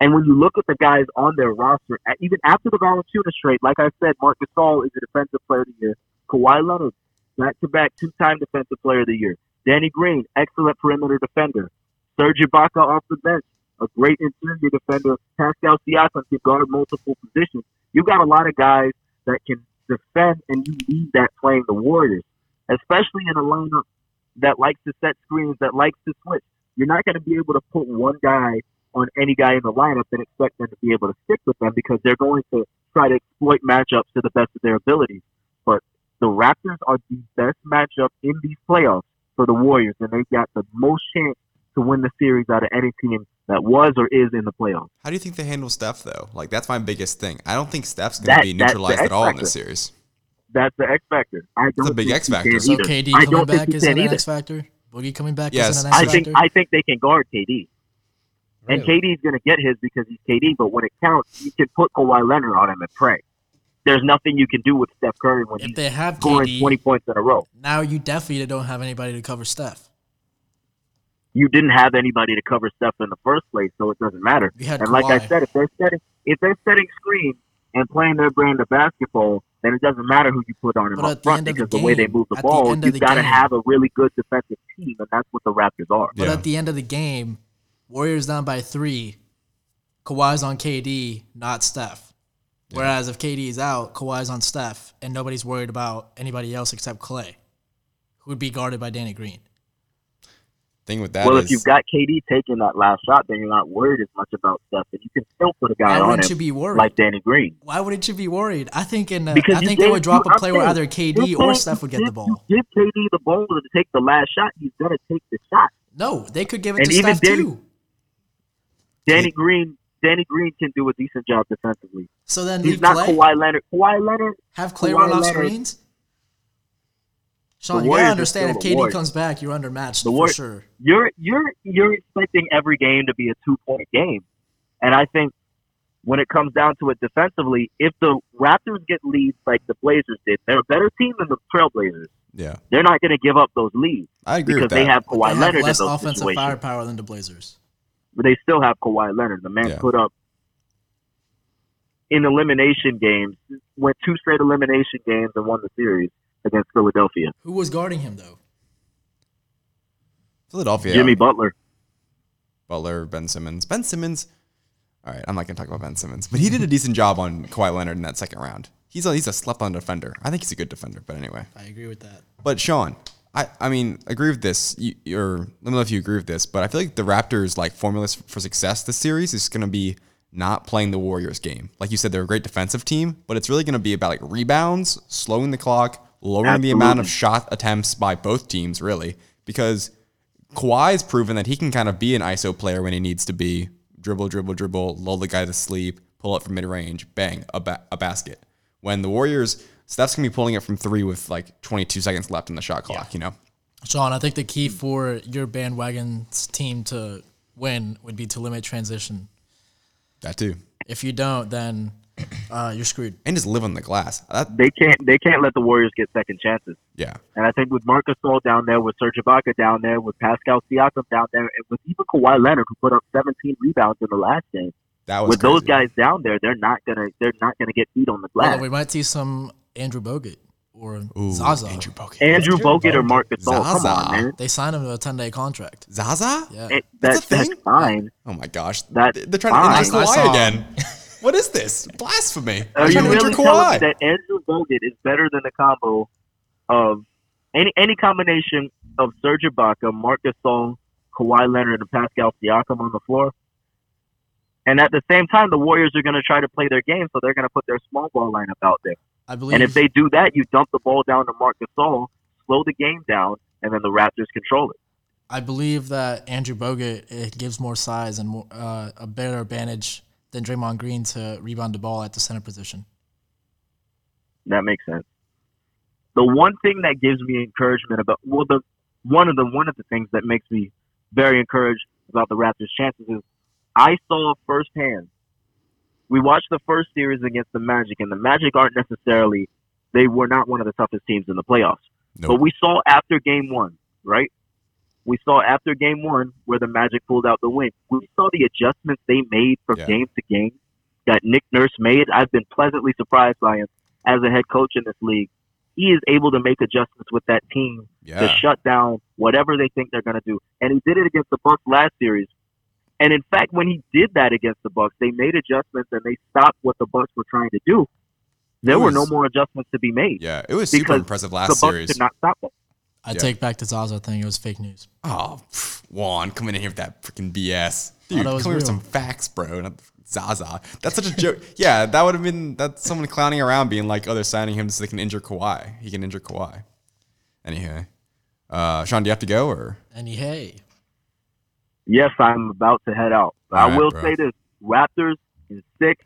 [SPEAKER 5] And when you look at the guys on their roster, a- even after the Valanciunas trade, like I said, Mark Gasol is a defensive player of the year. Kawhi Leonard, back-to-back two-time defensive player of the year. Danny Green, excellent perimeter defender. Serge Ibaka off the bench, a great interior defender. Pascal Siakam can guard multiple positions. You've got a lot of guys that can defend, and you need that playing the Warriors, especially in a lineup that likes to set screens, that likes to switch. You're not going to be able to put one guy on any guy in the lineup and expect them to be able to stick with them because they're going to try to exploit matchups to the best of their abilities. But the Raptors are the best matchup in these playoffs for the Warriors, and they've got the most chance to win the series out of any team that was or is in the playoffs.
[SPEAKER 2] How do you think they handle Steph though? Like that's my biggest thing. I don't think Steph's gonna
[SPEAKER 5] That-
[SPEAKER 2] be
[SPEAKER 5] that's the
[SPEAKER 2] neutralized at all in
[SPEAKER 5] X
[SPEAKER 2] this series.
[SPEAKER 5] That's the X factor. I don't
[SPEAKER 2] a big
[SPEAKER 5] think
[SPEAKER 2] X
[SPEAKER 5] he
[SPEAKER 2] factor.
[SPEAKER 5] can
[SPEAKER 4] So
[SPEAKER 5] either.
[SPEAKER 4] KD
[SPEAKER 5] I
[SPEAKER 4] coming
[SPEAKER 5] don't think
[SPEAKER 4] back
[SPEAKER 5] he can
[SPEAKER 4] isn't an
[SPEAKER 5] either.
[SPEAKER 4] X factor. Boogie coming back
[SPEAKER 2] Yes.
[SPEAKER 4] isn't an X
[SPEAKER 5] I
[SPEAKER 4] factor.
[SPEAKER 5] think I think they can guard KD. And
[SPEAKER 3] Really?
[SPEAKER 5] KD's going to get his because he's KD, but when it counts, you can put Kawhi Leonard on him and pray. There's nothing you can do with Steph Curry when
[SPEAKER 4] if
[SPEAKER 5] he's
[SPEAKER 4] they have
[SPEAKER 5] scoring
[SPEAKER 4] KD,
[SPEAKER 5] 20 points in a row.
[SPEAKER 4] now you definitely don't have anybody to cover Steph.
[SPEAKER 5] You didn't have anybody to cover Steph in the first place, so it doesn't matter.
[SPEAKER 4] You had
[SPEAKER 5] And like I
[SPEAKER 4] Kawhi.
[SPEAKER 5] said, if they're setting if they're setting screen and playing their brand of basketball, then it doesn't matter who you put on him
[SPEAKER 4] But
[SPEAKER 5] up
[SPEAKER 4] at the
[SPEAKER 5] front
[SPEAKER 4] end of the
[SPEAKER 5] because the, way they
[SPEAKER 4] game-
[SPEAKER 5] move the
[SPEAKER 4] at the
[SPEAKER 5] ball,
[SPEAKER 4] end of
[SPEAKER 5] you've
[SPEAKER 4] the
[SPEAKER 5] got to
[SPEAKER 4] game-
[SPEAKER 5] have a really good defensive team, and that's what the Raptors are.
[SPEAKER 4] But
[SPEAKER 2] Yeah.
[SPEAKER 4] at the end of the game, Warriors down by three. Kawhi's on KD, not Steph. Whereas if KD is out, Kawhi's on Steph, and nobody's worried about anybody else except Clay, who would be guarded by Danny Green.
[SPEAKER 2] Thing with that
[SPEAKER 5] well, if
[SPEAKER 2] is-
[SPEAKER 5] you've got KD taking that last shot, then you're not worried as much about stuff, and you can still put a guy
[SPEAKER 4] Why
[SPEAKER 5] on
[SPEAKER 4] wouldn't you
[SPEAKER 5] him
[SPEAKER 4] be worried?
[SPEAKER 5] like Danny Green.
[SPEAKER 4] Why wouldn't you be worried? I think in uh,
[SPEAKER 5] Because
[SPEAKER 4] I
[SPEAKER 5] you
[SPEAKER 4] think they
[SPEAKER 5] gave-
[SPEAKER 4] would drop
[SPEAKER 5] you-
[SPEAKER 4] a
[SPEAKER 5] I'm
[SPEAKER 4] play where
[SPEAKER 5] saying,
[SPEAKER 4] either KD
[SPEAKER 5] you
[SPEAKER 4] or
[SPEAKER 5] can't-
[SPEAKER 4] Steph would
[SPEAKER 5] you
[SPEAKER 4] get the
[SPEAKER 5] give-
[SPEAKER 4] ball.
[SPEAKER 5] You give KD the ball to take the last shot, he's gonna take the shot.
[SPEAKER 4] No, they could give it
[SPEAKER 5] And
[SPEAKER 4] to
[SPEAKER 5] even
[SPEAKER 4] Steph
[SPEAKER 5] Danny-
[SPEAKER 4] too.
[SPEAKER 5] Danny Green, Danny Green can do a decent job defensively.
[SPEAKER 4] So then
[SPEAKER 5] He's
[SPEAKER 4] leave
[SPEAKER 5] not
[SPEAKER 4] Clay.
[SPEAKER 5] Kawhi Leonard. Kawhi Leonard,
[SPEAKER 4] Have Clay
[SPEAKER 5] Kawhi
[SPEAKER 4] run off
[SPEAKER 5] Leonard-
[SPEAKER 4] screens. Sean,
[SPEAKER 5] The
[SPEAKER 4] you
[SPEAKER 5] Warriors
[SPEAKER 4] gotta
[SPEAKER 5] are
[SPEAKER 4] understand if
[SPEAKER 5] still the
[SPEAKER 4] KD
[SPEAKER 5] Warriors.
[SPEAKER 4] comes back, you're undermatched
[SPEAKER 5] The
[SPEAKER 4] for
[SPEAKER 5] War-
[SPEAKER 4] sure.
[SPEAKER 5] you're you're you're expecting every game to be a two point game, and I think when it comes down to it defensively, if the Raptors get leads like the Blazers did, they're a better team than the Trailblazers.
[SPEAKER 2] Yeah,
[SPEAKER 5] They're not going to give up those leads
[SPEAKER 2] I agree
[SPEAKER 5] because
[SPEAKER 2] with that.
[SPEAKER 5] they have Kawhi
[SPEAKER 4] they have
[SPEAKER 5] Leonard in
[SPEAKER 4] less
[SPEAKER 5] those
[SPEAKER 4] offensive
[SPEAKER 5] situations.
[SPEAKER 4] firepower than the Blazers.
[SPEAKER 5] but they still have Kawhi Leonard. The man
[SPEAKER 2] Yeah.
[SPEAKER 5] put up in elimination games, went two straight elimination games and won the series against Philadelphia.
[SPEAKER 4] Who was guarding him though?
[SPEAKER 2] Philadelphia.
[SPEAKER 5] Jimmy Butler.
[SPEAKER 2] Butler, Ben Simmons. Ben Simmons. All right, I'm not going to talk about Ben Simmons, but he did a decent job on Kawhi Leonard in that second round. He's a, he's a slept on defender. I think he's a good defender, but anyway.
[SPEAKER 4] I agree with that.
[SPEAKER 2] But Sean, I, I mean, agree with this. You, you're, let me know if you agree with this, but I feel like the Raptors' like formulas for success this series is going to be not playing the Warriors game. Like you said, they're a great defensive team, but it's really going to be about like rebounds, slowing the clock, lowering the amount of shot attempts by both teams, really, because Kawhi's proven that he can kind of be an ISO player when he needs to be. Dribble, dribble, dribble, lull the guy to sleep, pull up from mid range, bang, a, ba- a basket. When the Warriors, Steph's gonna be pulling it from three with like 22 seconds left in the shot clock, you know?
[SPEAKER 4] Sean, I think the key for your bandwagon's team to win would be to limit transition.
[SPEAKER 2] That too.
[SPEAKER 4] If you don't, then uh, you're screwed.
[SPEAKER 2] And just live on the glass. That,
[SPEAKER 5] They can't they can't let the Warriors get second chances.
[SPEAKER 2] yeah.
[SPEAKER 5] And I think with Marcus Gasol down there, with Serge Ibaka down there, with Pascal Siakam down there, and with even Kawhi Leonard who put up 17 rebounds in the last game,
[SPEAKER 2] That was
[SPEAKER 5] with those
[SPEAKER 2] Oh,
[SPEAKER 5] guys
[SPEAKER 2] crazy.
[SPEAKER 5] down there, they're not gonna they're not gonna get beat on the glass.
[SPEAKER 4] Although we might see some Andrew Bogut or
[SPEAKER 2] Ooh,
[SPEAKER 4] Zaza.
[SPEAKER 2] Andrew Bogut.
[SPEAKER 5] Andrew Bogut or Marcus Gasol, come
[SPEAKER 2] Zaza.
[SPEAKER 5] on, man.
[SPEAKER 4] They signed him to a 10 day contract.
[SPEAKER 2] Zaza?
[SPEAKER 4] Yeah.
[SPEAKER 5] It-
[SPEAKER 2] That's
[SPEAKER 5] that,
[SPEAKER 2] a
[SPEAKER 5] that's
[SPEAKER 2] thing?
[SPEAKER 5] fine.
[SPEAKER 2] Oh my gosh.
[SPEAKER 5] That's
[SPEAKER 2] They're trying to
[SPEAKER 4] fine.
[SPEAKER 2] injure
[SPEAKER 4] I saw-
[SPEAKER 2] Kawhi again. what is this? Blasphemy.
[SPEAKER 5] Are you
[SPEAKER 2] They're trying to injure
[SPEAKER 5] really telling me that Andrew Bogut is better than the combo of any any combination of Serge Ibaka, Marcus Gasol, Kawhi Leonard, and Pascal Siakam on the floor? And at the same time, the Warriors are going to try to play their game, so they're going to put their small ball lineup out there.
[SPEAKER 4] I believe.
[SPEAKER 5] And if they do that, you dump the ball down to Marcus Gasol, slow the game down, and then the Raptors control it.
[SPEAKER 4] I believe that Andrew Bogut it gives more size and more, uh, a better advantage than Draymond Green to rebound the ball at the center position.
[SPEAKER 5] That makes sense. The one thing that gives me encouragement about well the one of the one of the things that makes me very encouraged about the Raptors' chances is I saw firsthand. We watched the first series against the Magic, and the Magic aren't necessarily they were not one of the toughest teams in the playoffs.
[SPEAKER 2] Nope.
[SPEAKER 5] But we saw after game one, right? We saw after game one where the Magic pulled out the win. We saw the adjustments they made from
[SPEAKER 2] Yeah.
[SPEAKER 5] game to game that Nick Nurse made. I've been pleasantly surprised by him as a head coach in this league. He is able to make adjustments with that team to
[SPEAKER 2] Yeah.
[SPEAKER 5] shut down whatever they think they're going to do. And he did it against the Bucks last series. And in fact, when he did that against the Bucks, they made adjustments and they stopped what the Bucks were trying to do. There were no
[SPEAKER 2] was-
[SPEAKER 5] more adjustments to be made.
[SPEAKER 2] Yeah. It was super
[SPEAKER 5] Because
[SPEAKER 2] impressive
[SPEAKER 5] the
[SPEAKER 2] last
[SPEAKER 5] Bucks
[SPEAKER 2] series.
[SPEAKER 5] could not stop them.
[SPEAKER 4] I
[SPEAKER 2] Yeah.
[SPEAKER 4] take back the Zaza thing. It was fake news.
[SPEAKER 2] Oh, pff, Juan, coming in here with that freaking BS. Dude,
[SPEAKER 4] Oh, that
[SPEAKER 2] come
[SPEAKER 4] was
[SPEAKER 2] here with
[SPEAKER 4] real.
[SPEAKER 2] some facts, bro. Not Zaza. That's such a joke. yeah, that would have been that's someone clowning around being like, oh, they're signing him so they can injure Kawhi. He can injure Kawhi. Anyway. Uh, Sean, do you have to go or?
[SPEAKER 4] And hey,
[SPEAKER 5] yes, I'm about to head out. But
[SPEAKER 2] All
[SPEAKER 5] I
[SPEAKER 2] right,
[SPEAKER 5] will
[SPEAKER 2] bro.
[SPEAKER 5] say this: Raptors in six,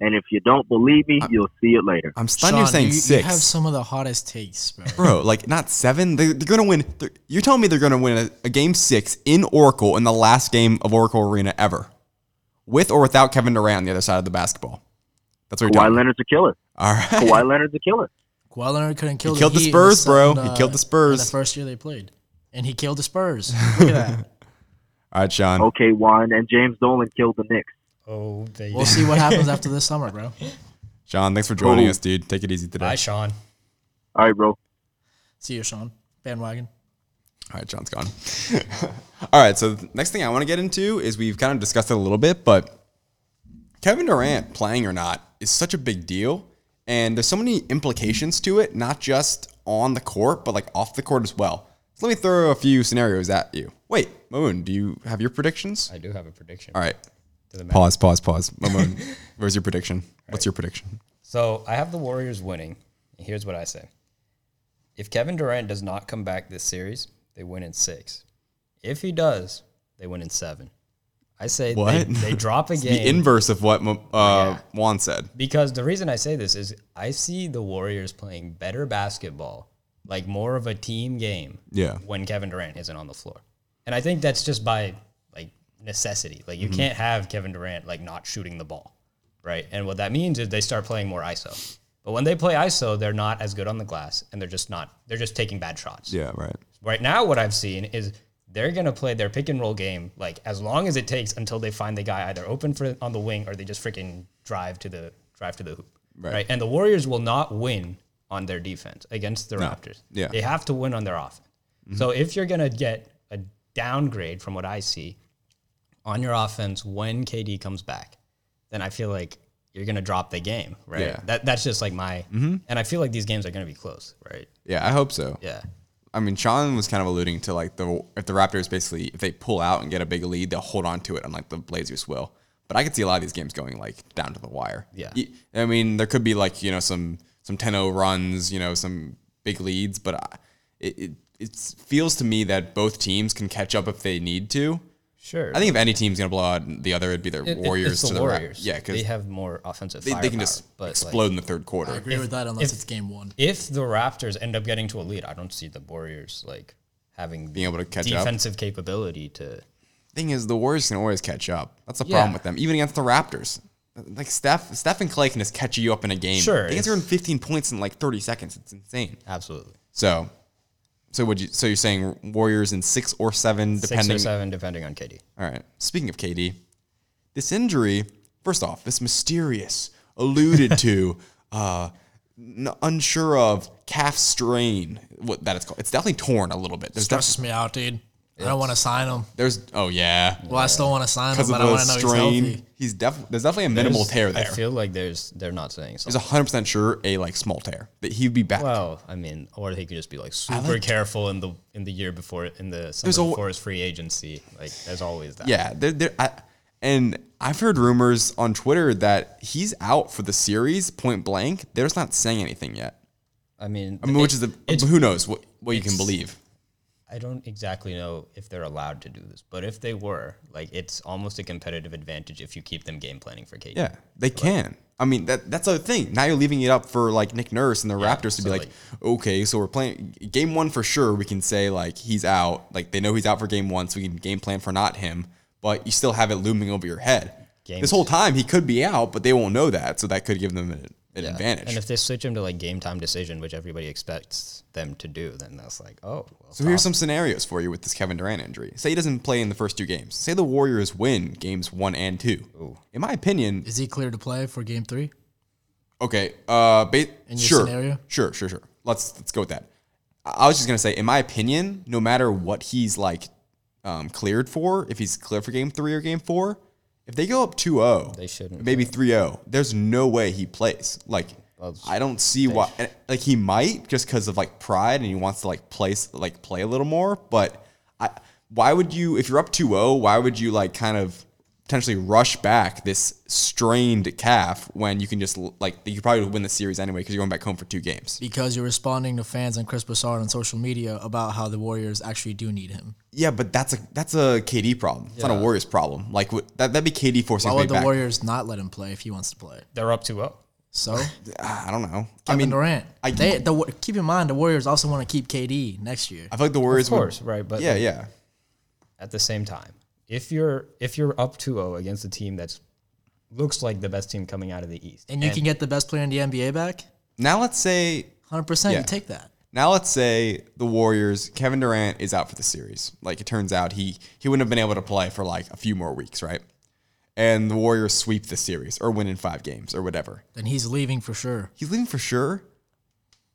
[SPEAKER 5] and if you don't believe me,
[SPEAKER 2] Uh,
[SPEAKER 5] you'll see it later.
[SPEAKER 2] I'm stunned
[SPEAKER 4] Sean,
[SPEAKER 2] you're saying
[SPEAKER 4] you, you
[SPEAKER 2] six.
[SPEAKER 4] have some of the hottest takes, bro.
[SPEAKER 2] bro, like not seven. They're, they're going to win. They're, you're telling me they're going to win a, a game six in Oracle in the last game of Oracle Arena ever. With or without Kevin Durant on the other side of the basketball. That's what you're
[SPEAKER 5] Kawhi
[SPEAKER 2] telling me.
[SPEAKER 5] Leonard's a killer.
[SPEAKER 2] All right.
[SPEAKER 5] Kawhi Leonard's a killer.
[SPEAKER 4] Kawhi Leonard couldn't kill.
[SPEAKER 2] killed the
[SPEAKER 4] Heat in
[SPEAKER 2] Spurs, bro.
[SPEAKER 4] second,
[SPEAKER 2] He killed the
[SPEAKER 4] in
[SPEAKER 2] Spurs.
[SPEAKER 4] the first year they played, and he killed the Spurs. Look at that.
[SPEAKER 2] All right, Sean.
[SPEAKER 5] Okay, Juan and James Dolan killed the Knicks.
[SPEAKER 3] Oh, they
[SPEAKER 4] We'll see what happens after this summer, bro.
[SPEAKER 2] Sean, thanks for joining
[SPEAKER 5] Cool.
[SPEAKER 2] us, dude. Take it easy today.
[SPEAKER 3] Bye, Sean.
[SPEAKER 5] All right, bro.
[SPEAKER 4] See you, Sean. Bandwagon.
[SPEAKER 2] All right, Sean's gone. All right, so the next thing I want to get into is we've kind of discussed it a little bit, but Kevin Durant playing or not is such a big deal, and there's so many implications to it, not just on the court, but like off the court as well. So let me throw a few scenarios at you. Wait, Moon, do you have your predictions?
[SPEAKER 3] I do have a prediction.
[SPEAKER 2] All right.
[SPEAKER 3] Doesn't matter.
[SPEAKER 2] Pause, pause, pause. Moon, where's your prediction? What's your prediction?
[SPEAKER 3] So I have the Warriors winning. And here's what I say. If Kevin Durant does not come back this series, they win in six. If he does, they win in seven. I say they,
[SPEAKER 2] What?
[SPEAKER 3] they drop a game.
[SPEAKER 2] The inverse of what Mo- uh, Juan said.
[SPEAKER 3] because the reason I say this is I see the Warriors playing better basketball, like more of a team game.
[SPEAKER 2] Yeah.
[SPEAKER 3] When Kevin Durant isn't on the floor. And I think that's just by like necessity. Like you can't have Kevin Durant like not shooting the ball. Right. And what that means is they start playing more ISO. But when they play ISO, they're not as good on the glass and they're just not they're just taking bad shots
[SPEAKER 2] Yeah, right.
[SPEAKER 3] right now what I've seen is they're gonna play their pick and roll game like as long as it takes until they find the guy either open for on the wing or they just freaking drive to the drive to the hoop.
[SPEAKER 2] Right.
[SPEAKER 3] And the Warriors will not win on their defense against the Raptors.
[SPEAKER 2] Yeah. Mm-hmm.
[SPEAKER 3] They have to win on their offense. So if you're gonna get a downgrade from what I see on your offense when KD comes back, then I feel like you're gonna drop the game, right?
[SPEAKER 2] Yeah. Mm-hmm.
[SPEAKER 3] That, that's just like my, and I feel like these games are gonna be close, right?
[SPEAKER 2] Yeah, I hope so.
[SPEAKER 3] Yeah.
[SPEAKER 2] I mean, Sean was kind of alluding to like the if the Raptors basically if they pull out and get a big lead, they'll hold on to it, unlike the Blazers will. But I could see a lot of these games going like down to the wire.
[SPEAKER 3] Yeah.
[SPEAKER 2] Y- I mean, there could be like you know some some 10-0 runs, you know, some big leads, but I, it, it it feels to me that both teams can catch up if they need to.
[SPEAKER 3] Sure.
[SPEAKER 2] I think if any team's gonna blow out the other, it'd be the
[SPEAKER 3] It- it-
[SPEAKER 2] Warriors
[SPEAKER 3] it's the
[SPEAKER 2] to the Raptors.
[SPEAKER 3] Warriors.
[SPEAKER 2] Yeah,
[SPEAKER 3] they
[SPEAKER 2] because they,
[SPEAKER 3] have more offensive.
[SPEAKER 2] they,
[SPEAKER 3] firepower,
[SPEAKER 2] can just
[SPEAKER 3] but,
[SPEAKER 2] explode
[SPEAKER 3] Like,
[SPEAKER 2] in the third
[SPEAKER 4] I
[SPEAKER 2] quarter.
[SPEAKER 4] agree with that unless
[SPEAKER 3] if-
[SPEAKER 4] it's game one.
[SPEAKER 3] if the Raptors end up getting to a lead, I don't see the Warriors like having
[SPEAKER 2] Being able to catch up.
[SPEAKER 3] defensive capability to.
[SPEAKER 2] thing is, the Warriors can always catch up. That's the
[SPEAKER 3] Yeah.
[SPEAKER 2] problem with them, even against the Raptors. Like Steph, Steph and Clay can just catch you up in a game.
[SPEAKER 3] Sure,
[SPEAKER 2] they can
[SPEAKER 3] it's-
[SPEAKER 2] score in 15 points in like 30 seconds. It's insane.
[SPEAKER 3] Absolutely,
[SPEAKER 2] So, so would you? So you're saying Warriors in six or seven,
[SPEAKER 3] six
[SPEAKER 2] depending.
[SPEAKER 3] or seven, depending on KD.
[SPEAKER 2] All right. Speaking of KD, this injury. First off, this mysterious, alluded to, uh, n- unsure of calf strain. What that is called? It's definitely torn a little bit. There's def-
[SPEAKER 4] Stresses me out, dude. I don't want to sign him.
[SPEAKER 2] there's oh yeah.
[SPEAKER 4] Well, I still want to sign him,
[SPEAKER 2] Because of
[SPEAKER 4] but I
[SPEAKER 2] the
[SPEAKER 4] want to know he's
[SPEAKER 2] strain, he's,
[SPEAKER 4] healthy.
[SPEAKER 2] def- there's definitely a minimal
[SPEAKER 3] There's-
[SPEAKER 2] tear there.
[SPEAKER 3] I feel like there's they're not saying
[SPEAKER 2] He's
[SPEAKER 3] something.
[SPEAKER 2] 100 percent sure a like small tear that he'd be back.
[SPEAKER 3] Well, I mean, or he could just be like super careful in the in the year before in the summer
[SPEAKER 2] al-
[SPEAKER 3] before his free agency. Like there's always that.
[SPEAKER 2] yeah, there, there, I, and I've heard rumors on Twitter that he's out for the series point blank. They're just not saying anything yet.
[SPEAKER 3] I mean,
[SPEAKER 2] I mean, which is the
[SPEAKER 3] it's-
[SPEAKER 2] who knows what what you can believe.
[SPEAKER 3] I don't exactly know if they're allowed to do this, but if they were, like it's almost a competitive advantage if you keep them game planning for KD.
[SPEAKER 2] Yeah, they can. I mean, that that's the thing. Now you're leaving it up for like Nick Nurse and the Raptors to
[SPEAKER 3] so,
[SPEAKER 2] be like, okay, so we're playing game one for sure. We can say like he's out. Like they know he's out for game one, so we can game plan for not him. But you still have it looming over your head.
[SPEAKER 3] Game
[SPEAKER 2] this
[SPEAKER 3] two.
[SPEAKER 2] whole time he could be out, but they won't know that, so that could give them an, an
[SPEAKER 3] Yeah.
[SPEAKER 2] advantage.
[SPEAKER 3] And if they switch them to like game time decision, which everybody expects them to do, then that's like, oh, well,
[SPEAKER 2] so here's some scenarios for you with this Kevin Durant injury. Say he doesn't play in the first two games. Say the Warriors win games one and two. In my opinion,
[SPEAKER 4] Is he clear to play for game three?
[SPEAKER 2] Okay. Uh, ba-
[SPEAKER 4] your
[SPEAKER 2] sure.
[SPEAKER 4] scenario?
[SPEAKER 2] Sure. Sure. Sure. Let's let's go with that. I I was just gonna say, in my opinion, no matter what he's like um, cleared for, if he's cleared for game three or game four, if they go up oh, 2-0,
[SPEAKER 3] They shouldn't
[SPEAKER 2] Maybe 3-0. There's no way he plays. Like I don't see why. and, Like he might just because of like pride and he wants to like place like play a little more. But I, why would you if you're up 2-0, Why would you like kind of potentially rush back this strained calf when you can just like you could probably win the series anyway because you're going back home for two games.
[SPEAKER 4] Because you're responding to fans and Chris Broussard on social media about how the Warriors actually do need him.
[SPEAKER 2] Yeah, but that's a that's a KD problem. It's not a Warriors problem. Like wh- that that'd be KD forcing
[SPEAKER 4] Why
[SPEAKER 2] his way
[SPEAKER 4] would the
[SPEAKER 2] back.
[SPEAKER 4] Warriors not let him play if he wants to play?
[SPEAKER 3] they're up oh. 2 0.
[SPEAKER 4] So Kevin
[SPEAKER 2] Ah, I don't know. I mean,
[SPEAKER 4] Durant.
[SPEAKER 2] I-
[SPEAKER 4] they, the, Wa- keep in mind the Warriors also want to keep KD next year.
[SPEAKER 2] I feel like the Warriors.
[SPEAKER 3] Of course,
[SPEAKER 2] would,
[SPEAKER 3] right? But
[SPEAKER 2] Yeah,
[SPEAKER 3] like,
[SPEAKER 2] yeah.
[SPEAKER 3] at the same time, if you're if you're up 2 0 against a team that's looks like the best team coming out of the East,
[SPEAKER 4] and you can get the best player in the NBA back.
[SPEAKER 2] Now let's say
[SPEAKER 4] Hundred percent,
[SPEAKER 2] Yeah.
[SPEAKER 4] you take that.
[SPEAKER 2] now let's say the Warriors, Kevin Durant is out for the series. Like it turns out he he wouldn't have been able to play for like a few more weeks, right? And the Warriors sweep the series or win in five games or whatever.
[SPEAKER 4] Then he's leaving for sure.
[SPEAKER 2] He's leaving for sure,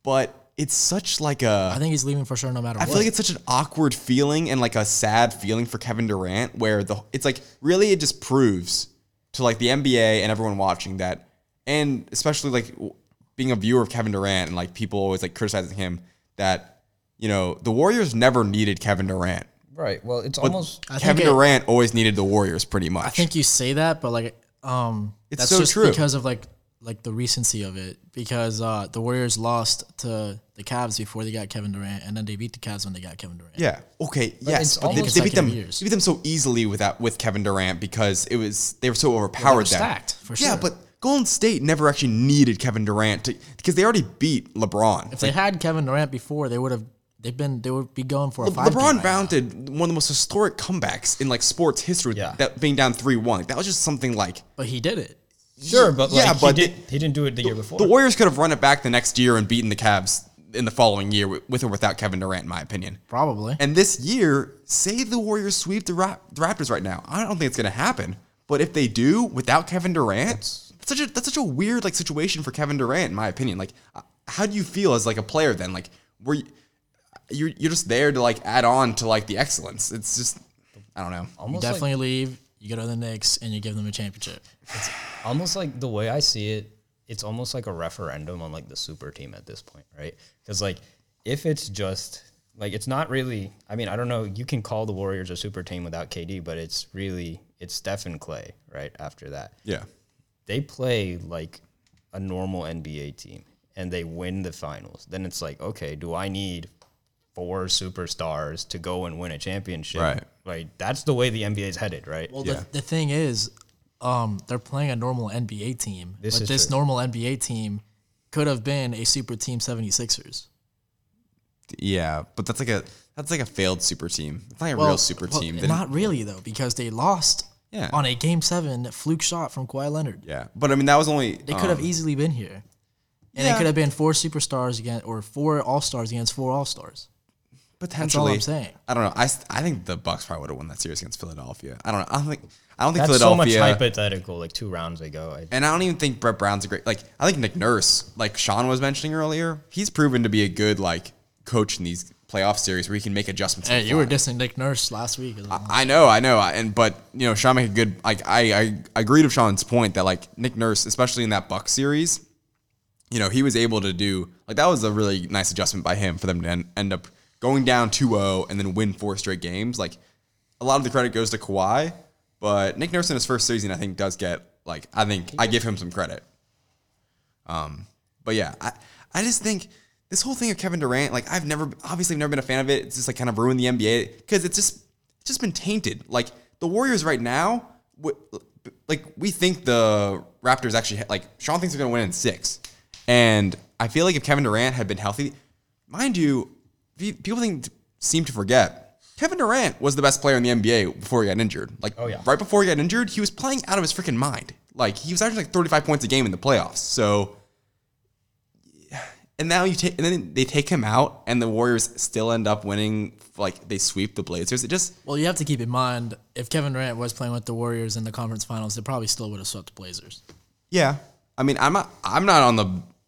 [SPEAKER 2] but it's such like a
[SPEAKER 4] I think he's leaving for sure no matter
[SPEAKER 2] I
[SPEAKER 4] what.
[SPEAKER 2] feel like it's such an awkward feeling and like a sad feeling for Kevin Durant, where the it's like really it just proves to like the NBA and everyone watching that, and especially like w- being a viewer of Kevin Durant and like people always like criticizing him that you know the Warriors never needed Kevin Durant.
[SPEAKER 3] Right. Well, it's almost
[SPEAKER 4] I
[SPEAKER 2] Kevin
[SPEAKER 4] think it-
[SPEAKER 2] Durant always needed the Warriors pretty much.
[SPEAKER 4] I think you say that, but like, um,
[SPEAKER 2] It's
[SPEAKER 4] that's
[SPEAKER 2] so
[SPEAKER 4] just
[SPEAKER 2] true.
[SPEAKER 4] because of like, like the recency of it. Because uh, the Warriors lost to the Cavs before they got Kevin Durant, and then they beat the Cavs when they got Kevin Durant.
[SPEAKER 2] Yeah. Okay.
[SPEAKER 3] it's
[SPEAKER 2] yes, but they,
[SPEAKER 3] almost
[SPEAKER 2] they beat them.
[SPEAKER 4] consecutive years.
[SPEAKER 2] They beat them so easily without with Kevin Durant because it was they were so overpowered. then.
[SPEAKER 4] stacked, for
[SPEAKER 2] Yeah,
[SPEAKER 4] sure.
[SPEAKER 2] but Golden State never actually needed Kevin Durant to, because they already beat LeBron.
[SPEAKER 4] If they had Kevin Durant before, they would have. They've been. They would be going for a five.
[SPEAKER 2] LeBron mounted one of the most historic comebacks in like sports history.
[SPEAKER 3] Yeah.
[SPEAKER 2] That being down three one, that was just something like
[SPEAKER 4] but he did it.
[SPEAKER 3] sure, but like,
[SPEAKER 2] yeah,
[SPEAKER 3] he,
[SPEAKER 2] but
[SPEAKER 3] did, he didn't do it the, year before.
[SPEAKER 2] the Warriors could have run it back the next year and beaten the Cavs in the following year with, with or without Kevin Durant, in my opinion.
[SPEAKER 4] Probably.
[SPEAKER 2] And this year, say the Warriors sweep the, Rap- the Raptors right now. I don't think it's going to happen. But if they do without Kevin Durant, that's such a that's such a weird like situation for Kevin Durant, in my opinion. Like, uh, how do you feel as like a player then? Like, were you you're, you're just there to like add on to like the excellence? It's just I don't know.
[SPEAKER 4] you
[SPEAKER 3] almost
[SPEAKER 4] definitely leave. You go to the Knicks and you give them a championship.
[SPEAKER 3] like, almost like the way I see it, it's almost like a referendum on like the super team at this point, right? Because like if it's just like it's not really. I mean, I don't know. You can call the Warriors a super team without KD, but it's really it's Steph and Clay, right? After that,
[SPEAKER 2] Yeah,
[SPEAKER 3] they play like a normal NBA team and they win the finals, then it's like, okay, do I need four superstars to go and win a championship?
[SPEAKER 2] Right.
[SPEAKER 3] Like that's the way the NBA is headed, right?
[SPEAKER 4] Well,
[SPEAKER 2] Yeah.
[SPEAKER 4] the, the thing is, um, they're playing a normal NBA team,
[SPEAKER 3] This
[SPEAKER 4] but
[SPEAKER 3] is
[SPEAKER 4] this
[SPEAKER 3] true.
[SPEAKER 4] normal NBA team could have been a super team 76ers.
[SPEAKER 2] yeah, but that's like a that's like a failed super team. It's not a real super
[SPEAKER 4] well,
[SPEAKER 2] team. They didn't-
[SPEAKER 4] Not really though, because they lost
[SPEAKER 2] Yeah.
[SPEAKER 4] on a game seven fluke shot from Kawhi Leonard.
[SPEAKER 2] yeah, but I mean that was only um,
[SPEAKER 4] They could have easily been here, and
[SPEAKER 2] yeah.
[SPEAKER 4] it could have been four superstars against or four all stars against four all stars.
[SPEAKER 2] Potentially,
[SPEAKER 4] I'm saying.
[SPEAKER 2] I don't know. I, st- I think the Bucks probably would have won that series against Philadelphia. I don't know. I don't think I don't think
[SPEAKER 3] that's so much
[SPEAKER 2] Philadelphia.
[SPEAKER 3] hypothetical. Like two rounds ago, I,
[SPEAKER 2] and I don't even think Brett Brown's a great. Like I think Nick Nurse, like Sean was mentioning earlier, he's proven to be a good like coach in these playoff series where he can make adjustments. on
[SPEAKER 4] Hey,
[SPEAKER 2] the
[SPEAKER 4] you were
[SPEAKER 2] fly.
[SPEAKER 4] dissing Nick Nurse last week. as well.
[SPEAKER 2] I know, I know, I- and but you know, Sean make a good. Like I, I, I agreed with Sean's point that like Nick Nurse, especially in that Buck series, you know, he was able to do like that was a really nice adjustment by him for them to en- end up going down 2-0 and then win four straight games. Like a lot of the credit goes to Kawhi, but Nick Nurse in his first season, I think, does get like I think I give him some credit. But yeah, I, I just think this whole thing of Kevin Durant, like I've never obviously I've never been a fan of it. It's just like kind of ruined the NBA because it's just it's just been tainted. Like the Warriors right now, w- like we think the Raptors actually ha- like Sean thinks they're gonna win in six, and I feel like if Kevin Durant had been healthy, mind you, pe- people think seem to forget Kevin Durant was the best player in the NBA before he got injured. Like
[SPEAKER 3] Oh, yeah.
[SPEAKER 2] right before he got injured, he was playing out of his freaking mind. Like he was averaging like 35 points a game in the playoffs. So and now you take and then they take him out and the warriors still end up winning like they sweep the blazers it just
[SPEAKER 4] Well, you have to keep in mind if Kevin Durant was playing with the Warriors in the conference finals, they probably still would have swept the Blazers.
[SPEAKER 2] yeah i mean i'm not i'm not on the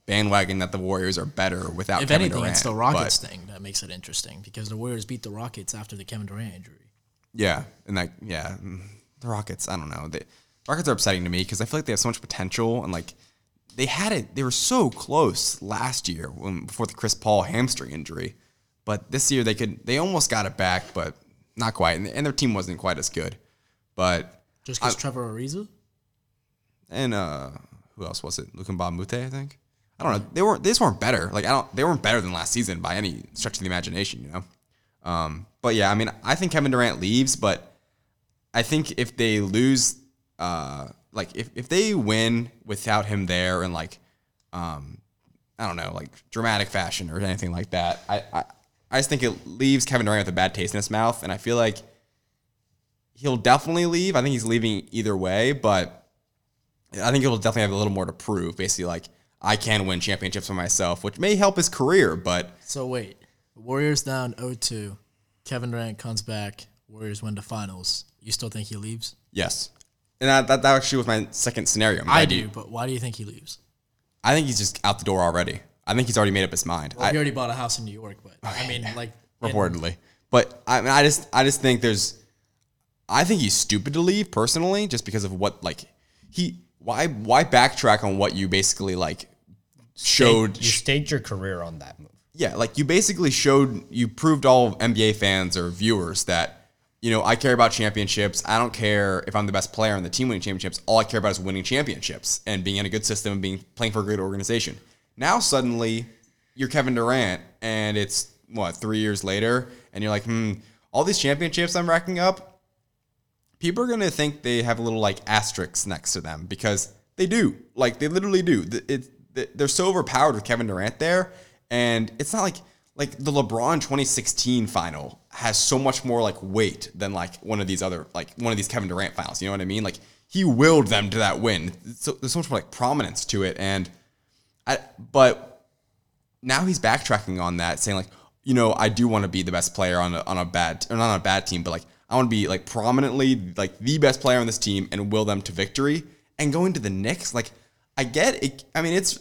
[SPEAKER 2] bandwagon that the warriors are better without
[SPEAKER 4] If
[SPEAKER 2] Kevin
[SPEAKER 4] anything,
[SPEAKER 2] Durant,
[SPEAKER 4] it's the
[SPEAKER 2] but-
[SPEAKER 4] Rockets thing that makes it interesting because the Warriors beat the Rockets after the Kevin Durant injury.
[SPEAKER 2] yeah and that yeah mm, the rockets i don't know the rockets are upsetting to me because i feel like they have so much potential and like they had it they were so close last year when before the chris paul hamstring injury but this year they could they almost got it back but not quite and, and their team wasn't quite as good but
[SPEAKER 4] Just because Trevor Ariza?
[SPEAKER 2] and uh who else was it? Lukumba Mute, I think. I don't know. They weren't they just weren't better. Like I don't they weren't better than last season by any stretch of the imagination, you know. Um but yeah, I mean I think Kevin Durant leaves, but I think if they lose uh like if, if they win without him there and like um I don't know, like dramatic fashion or anything like that, I I, I just think it leaves Kevin Durant with a bad taste in his mouth and I feel like he'll definitely leave. I think he's leaving either way, but I think it'll definitely have a little more to prove. Basically, like I can win championships for myself, which may help his career, but
[SPEAKER 4] So wait, Warriors down 0-2. Kevin Durant comes back. Warriors win the finals. You still think he leaves?
[SPEAKER 2] yes. And that, that, that actually was my second scenario. I, do.
[SPEAKER 4] but why do you think he leaves?
[SPEAKER 2] I think he's just out the door already. I think he's already made up his mind. I-
[SPEAKER 4] he already bought a house in New York, but I mean, like,
[SPEAKER 2] reportedly. But I mean, I just I just think there's I think he's stupid to leave personally, just because of what like he why why backtrack on what you basically like showed
[SPEAKER 3] you staked your career on that move.
[SPEAKER 2] yeah, like you basically showed you proved all NBA fans or viewers that you know, I care about championships. I don't care if I'm the best player on the team winning championships. All I care about is winning championships and being in a good system and being playing for a great organization. Now suddenly you're Kevin Durant and it's what, three years later, and you're like, hmm, all these championships I'm racking up, people are gonna think they have a little like asterisk next to them because they do. Like they literally do. Th- It, th- they're so overpowered with Kevin Durant there, and it's not like like the LeBron 2016 final has so much more like weight than like one of these other like one of these Kevin Durant finals. You know what I mean? Like he willed them to that win. So there's so much more like prominence to it, and I but now he's backtracking on that, saying like, you know, I do want to be the best player on a, on a bad or not on a bad team, but like I want to be like prominently like the best player on this team and will them to victory. And going to the Knicks, like I get it. I mean, it's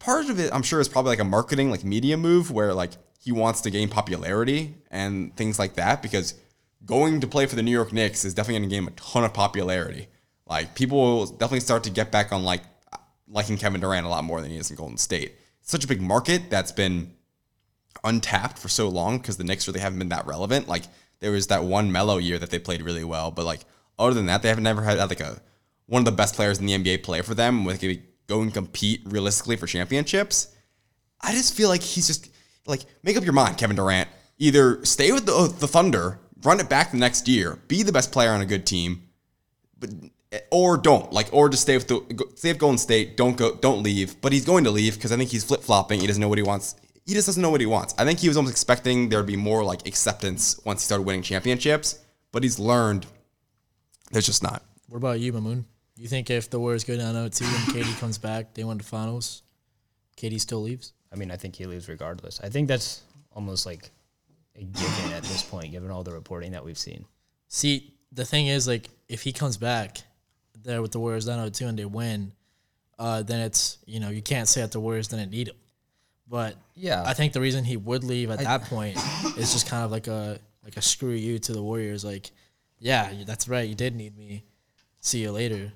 [SPEAKER 2] part of it. I'm sure is probably like a marketing like media move where like he wants to gain popularity and things like that because going to play for the New York Knicks is definitely going to gain him a ton of popularity. Like people will definitely start to get back on like liking Kevin Durant a lot more than he is in Golden State. It's such a big market that's been untapped for so long because the Knicks really haven't been that relevant. Like there was that one mellow year that they played really well, but like other than that, they haven't never had like a one of the best players in the NBA play for them with could go and compete realistically for championships. I just feel like he's just like make up your mind, Kevin Durant. Either stay with the, the Thunder, run it back the next year, be the best player on a good team, or don't like or just stay with the go- stay with Golden State. Don't go. Don't leave. But he's going to leave because I think he's flip flopping. He doesn't know what he wants. He just doesn't know what he wants. I think he was almost expecting there'd be more like acceptance once he started winning championships. But he's learned there's just not.
[SPEAKER 4] What about you, Mamoon? You think if the Warriors go down 0-2 and KD comes back, they win the finals, KD still leaves?
[SPEAKER 3] I mean, I think he leaves regardless. I think that's almost like a given at this point, given all the reporting that we've seen.
[SPEAKER 4] See, the thing is, like, if he comes back there with the Warriors down 0-2 and they win, uh, then it's you know you can't say that the Warriors didn't need him. But
[SPEAKER 3] Yeah.
[SPEAKER 4] I think the reason he would leave at that point is just kind of like a like a screw you to the Warriors. Like, yeah, you- that's right, you did need me. See you later,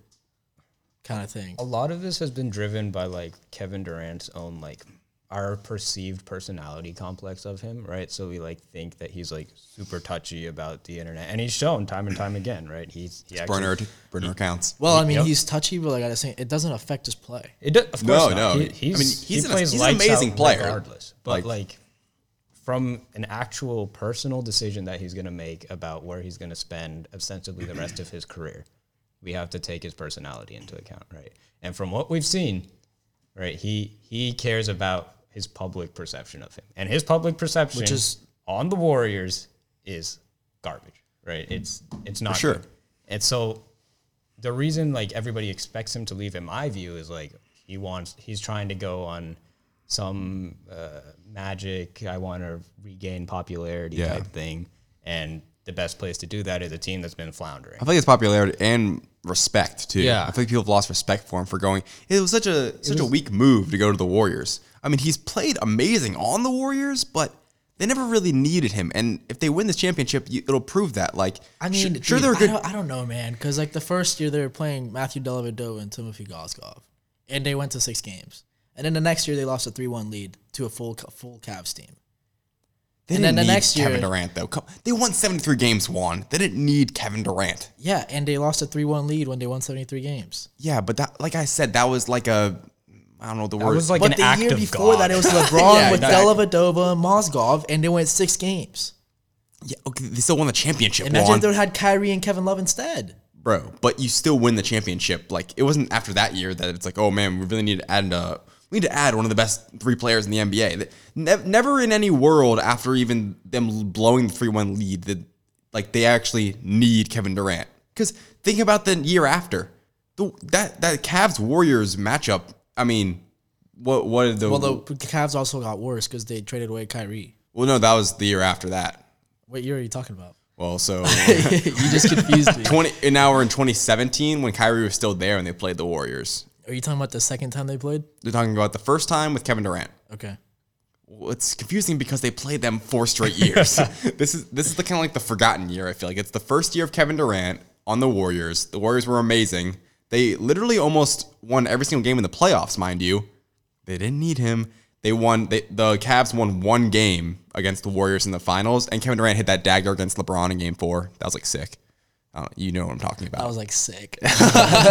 [SPEAKER 4] kind of thing.
[SPEAKER 3] a lot of this has been driven by like Kevin Durant's own like our perceived personality complex of him, right? So we like think that he's like super touchy about the internet, and he's shown time and time again, right? He's he actually,
[SPEAKER 2] Bernard Bernard counts.
[SPEAKER 4] Well, I mean, he's touchy, but like I was saying, it doesn't affect his play.
[SPEAKER 3] It does, of course
[SPEAKER 2] No,
[SPEAKER 3] not.
[SPEAKER 2] no.
[SPEAKER 3] He,
[SPEAKER 2] I
[SPEAKER 3] he's,
[SPEAKER 2] mean,
[SPEAKER 3] he
[SPEAKER 2] he's an-
[SPEAKER 3] plays
[SPEAKER 2] he's an
[SPEAKER 3] lights
[SPEAKER 2] amazing
[SPEAKER 3] out
[SPEAKER 2] player.
[SPEAKER 3] regardless. But like,
[SPEAKER 2] Like-
[SPEAKER 3] from an actual personal decision that he's going to make about where he's going to spend ostensibly the rest of his career, we have to take his personality into account, right? And from what we've seen, right, he he cares about his public perception of him, and his public perception,
[SPEAKER 4] Which is-
[SPEAKER 3] on the Warriors, is garbage, right? It's it's not
[SPEAKER 2] sure.
[SPEAKER 3] good. And so the reason like everybody expects him to leave in my view is like he wants he's trying to go on some uh, magic i want to regain popularity
[SPEAKER 2] Yeah.
[SPEAKER 3] type thing and the best place to do that is a team that's been floundering
[SPEAKER 2] I feel like his popularity and respect too.
[SPEAKER 3] Yeah.
[SPEAKER 2] I feel like people have lost respect for him for going. It was such a such a weak move to go to the Warriors. I mean, he's played amazing on the Warriors, but they never really needed him. And if they win this championship, you, it'll prove that. Like,
[SPEAKER 4] I
[SPEAKER 2] sh-
[SPEAKER 4] mean,
[SPEAKER 2] sure
[SPEAKER 4] dude,
[SPEAKER 2] they're
[SPEAKER 4] I
[SPEAKER 2] good.
[SPEAKER 4] don't, I don't know, man, because like the first year they were playing Matthew Dellavedova and Timothy Goskov, and they went to six games. And then the next year they lost a three-one lead to a full full Cavs team.
[SPEAKER 2] They
[SPEAKER 4] And
[SPEAKER 2] didn't
[SPEAKER 4] then the
[SPEAKER 2] need
[SPEAKER 4] next
[SPEAKER 2] Kevin
[SPEAKER 4] year-
[SPEAKER 2] Durant though. Come, they won seventy three games. Won. They didn't need Kevin Durant.
[SPEAKER 4] Yeah, and they lost a three-one lead when they won seventy-three games.
[SPEAKER 2] Yeah, but that, like I said, that was like a, I don't know the word.
[SPEAKER 3] was like
[SPEAKER 4] but
[SPEAKER 3] an
[SPEAKER 4] the
[SPEAKER 3] act
[SPEAKER 4] year
[SPEAKER 3] of
[SPEAKER 4] before
[SPEAKER 3] God.
[SPEAKER 4] that it was LeBron
[SPEAKER 2] Yeah,
[SPEAKER 4] with
[SPEAKER 2] exactly.
[SPEAKER 4] Dellavedova and Mozgov, and they went six games.
[SPEAKER 2] yeah, okay, they still won the championship.
[SPEAKER 4] Imagine
[SPEAKER 2] Juan.
[SPEAKER 4] if they had Kyrie and Kevin Love instead.
[SPEAKER 2] bro. But you still win the championship. Like it wasn't after that year that it's like, oh man, we really need to add uh, we need to add one of the best three players in the NBA. That- ne- never in any world after even them blowing the three one lead that like they actually need Kevin Durant. Because think about the year after the that that Cavs Warriors matchup. I mean, what what did the
[SPEAKER 4] Well,
[SPEAKER 2] well,
[SPEAKER 4] the Cavs also got worse because they traded away Kyrie.
[SPEAKER 2] no that was the year after that.
[SPEAKER 4] What year are you talking about?
[SPEAKER 2] Well, so
[SPEAKER 4] you just confused me.
[SPEAKER 2] twenty and now we're in twenty seventeen when Kyrie was still there and they played the Warriors.
[SPEAKER 4] Are you talking about the second time they played?
[SPEAKER 2] They're talking about the first time with Kevin Durant.
[SPEAKER 4] Okay.
[SPEAKER 2] Well, it's confusing because they played them four straight years. this is this is the kind of like the forgotten year. I feel like it's the first year of Kevin Durant on the Warriors. The Warriors were amazing. They literally almost won every single game in the playoffs, mind you. They didn't need him. They won. They, the Cavs won one game against the Warriors in the finals, and Kevin Durant hit that dagger against LeBron in Game Four. That was like sick. I don't, you know what I'm talking about.
[SPEAKER 4] I was like sick.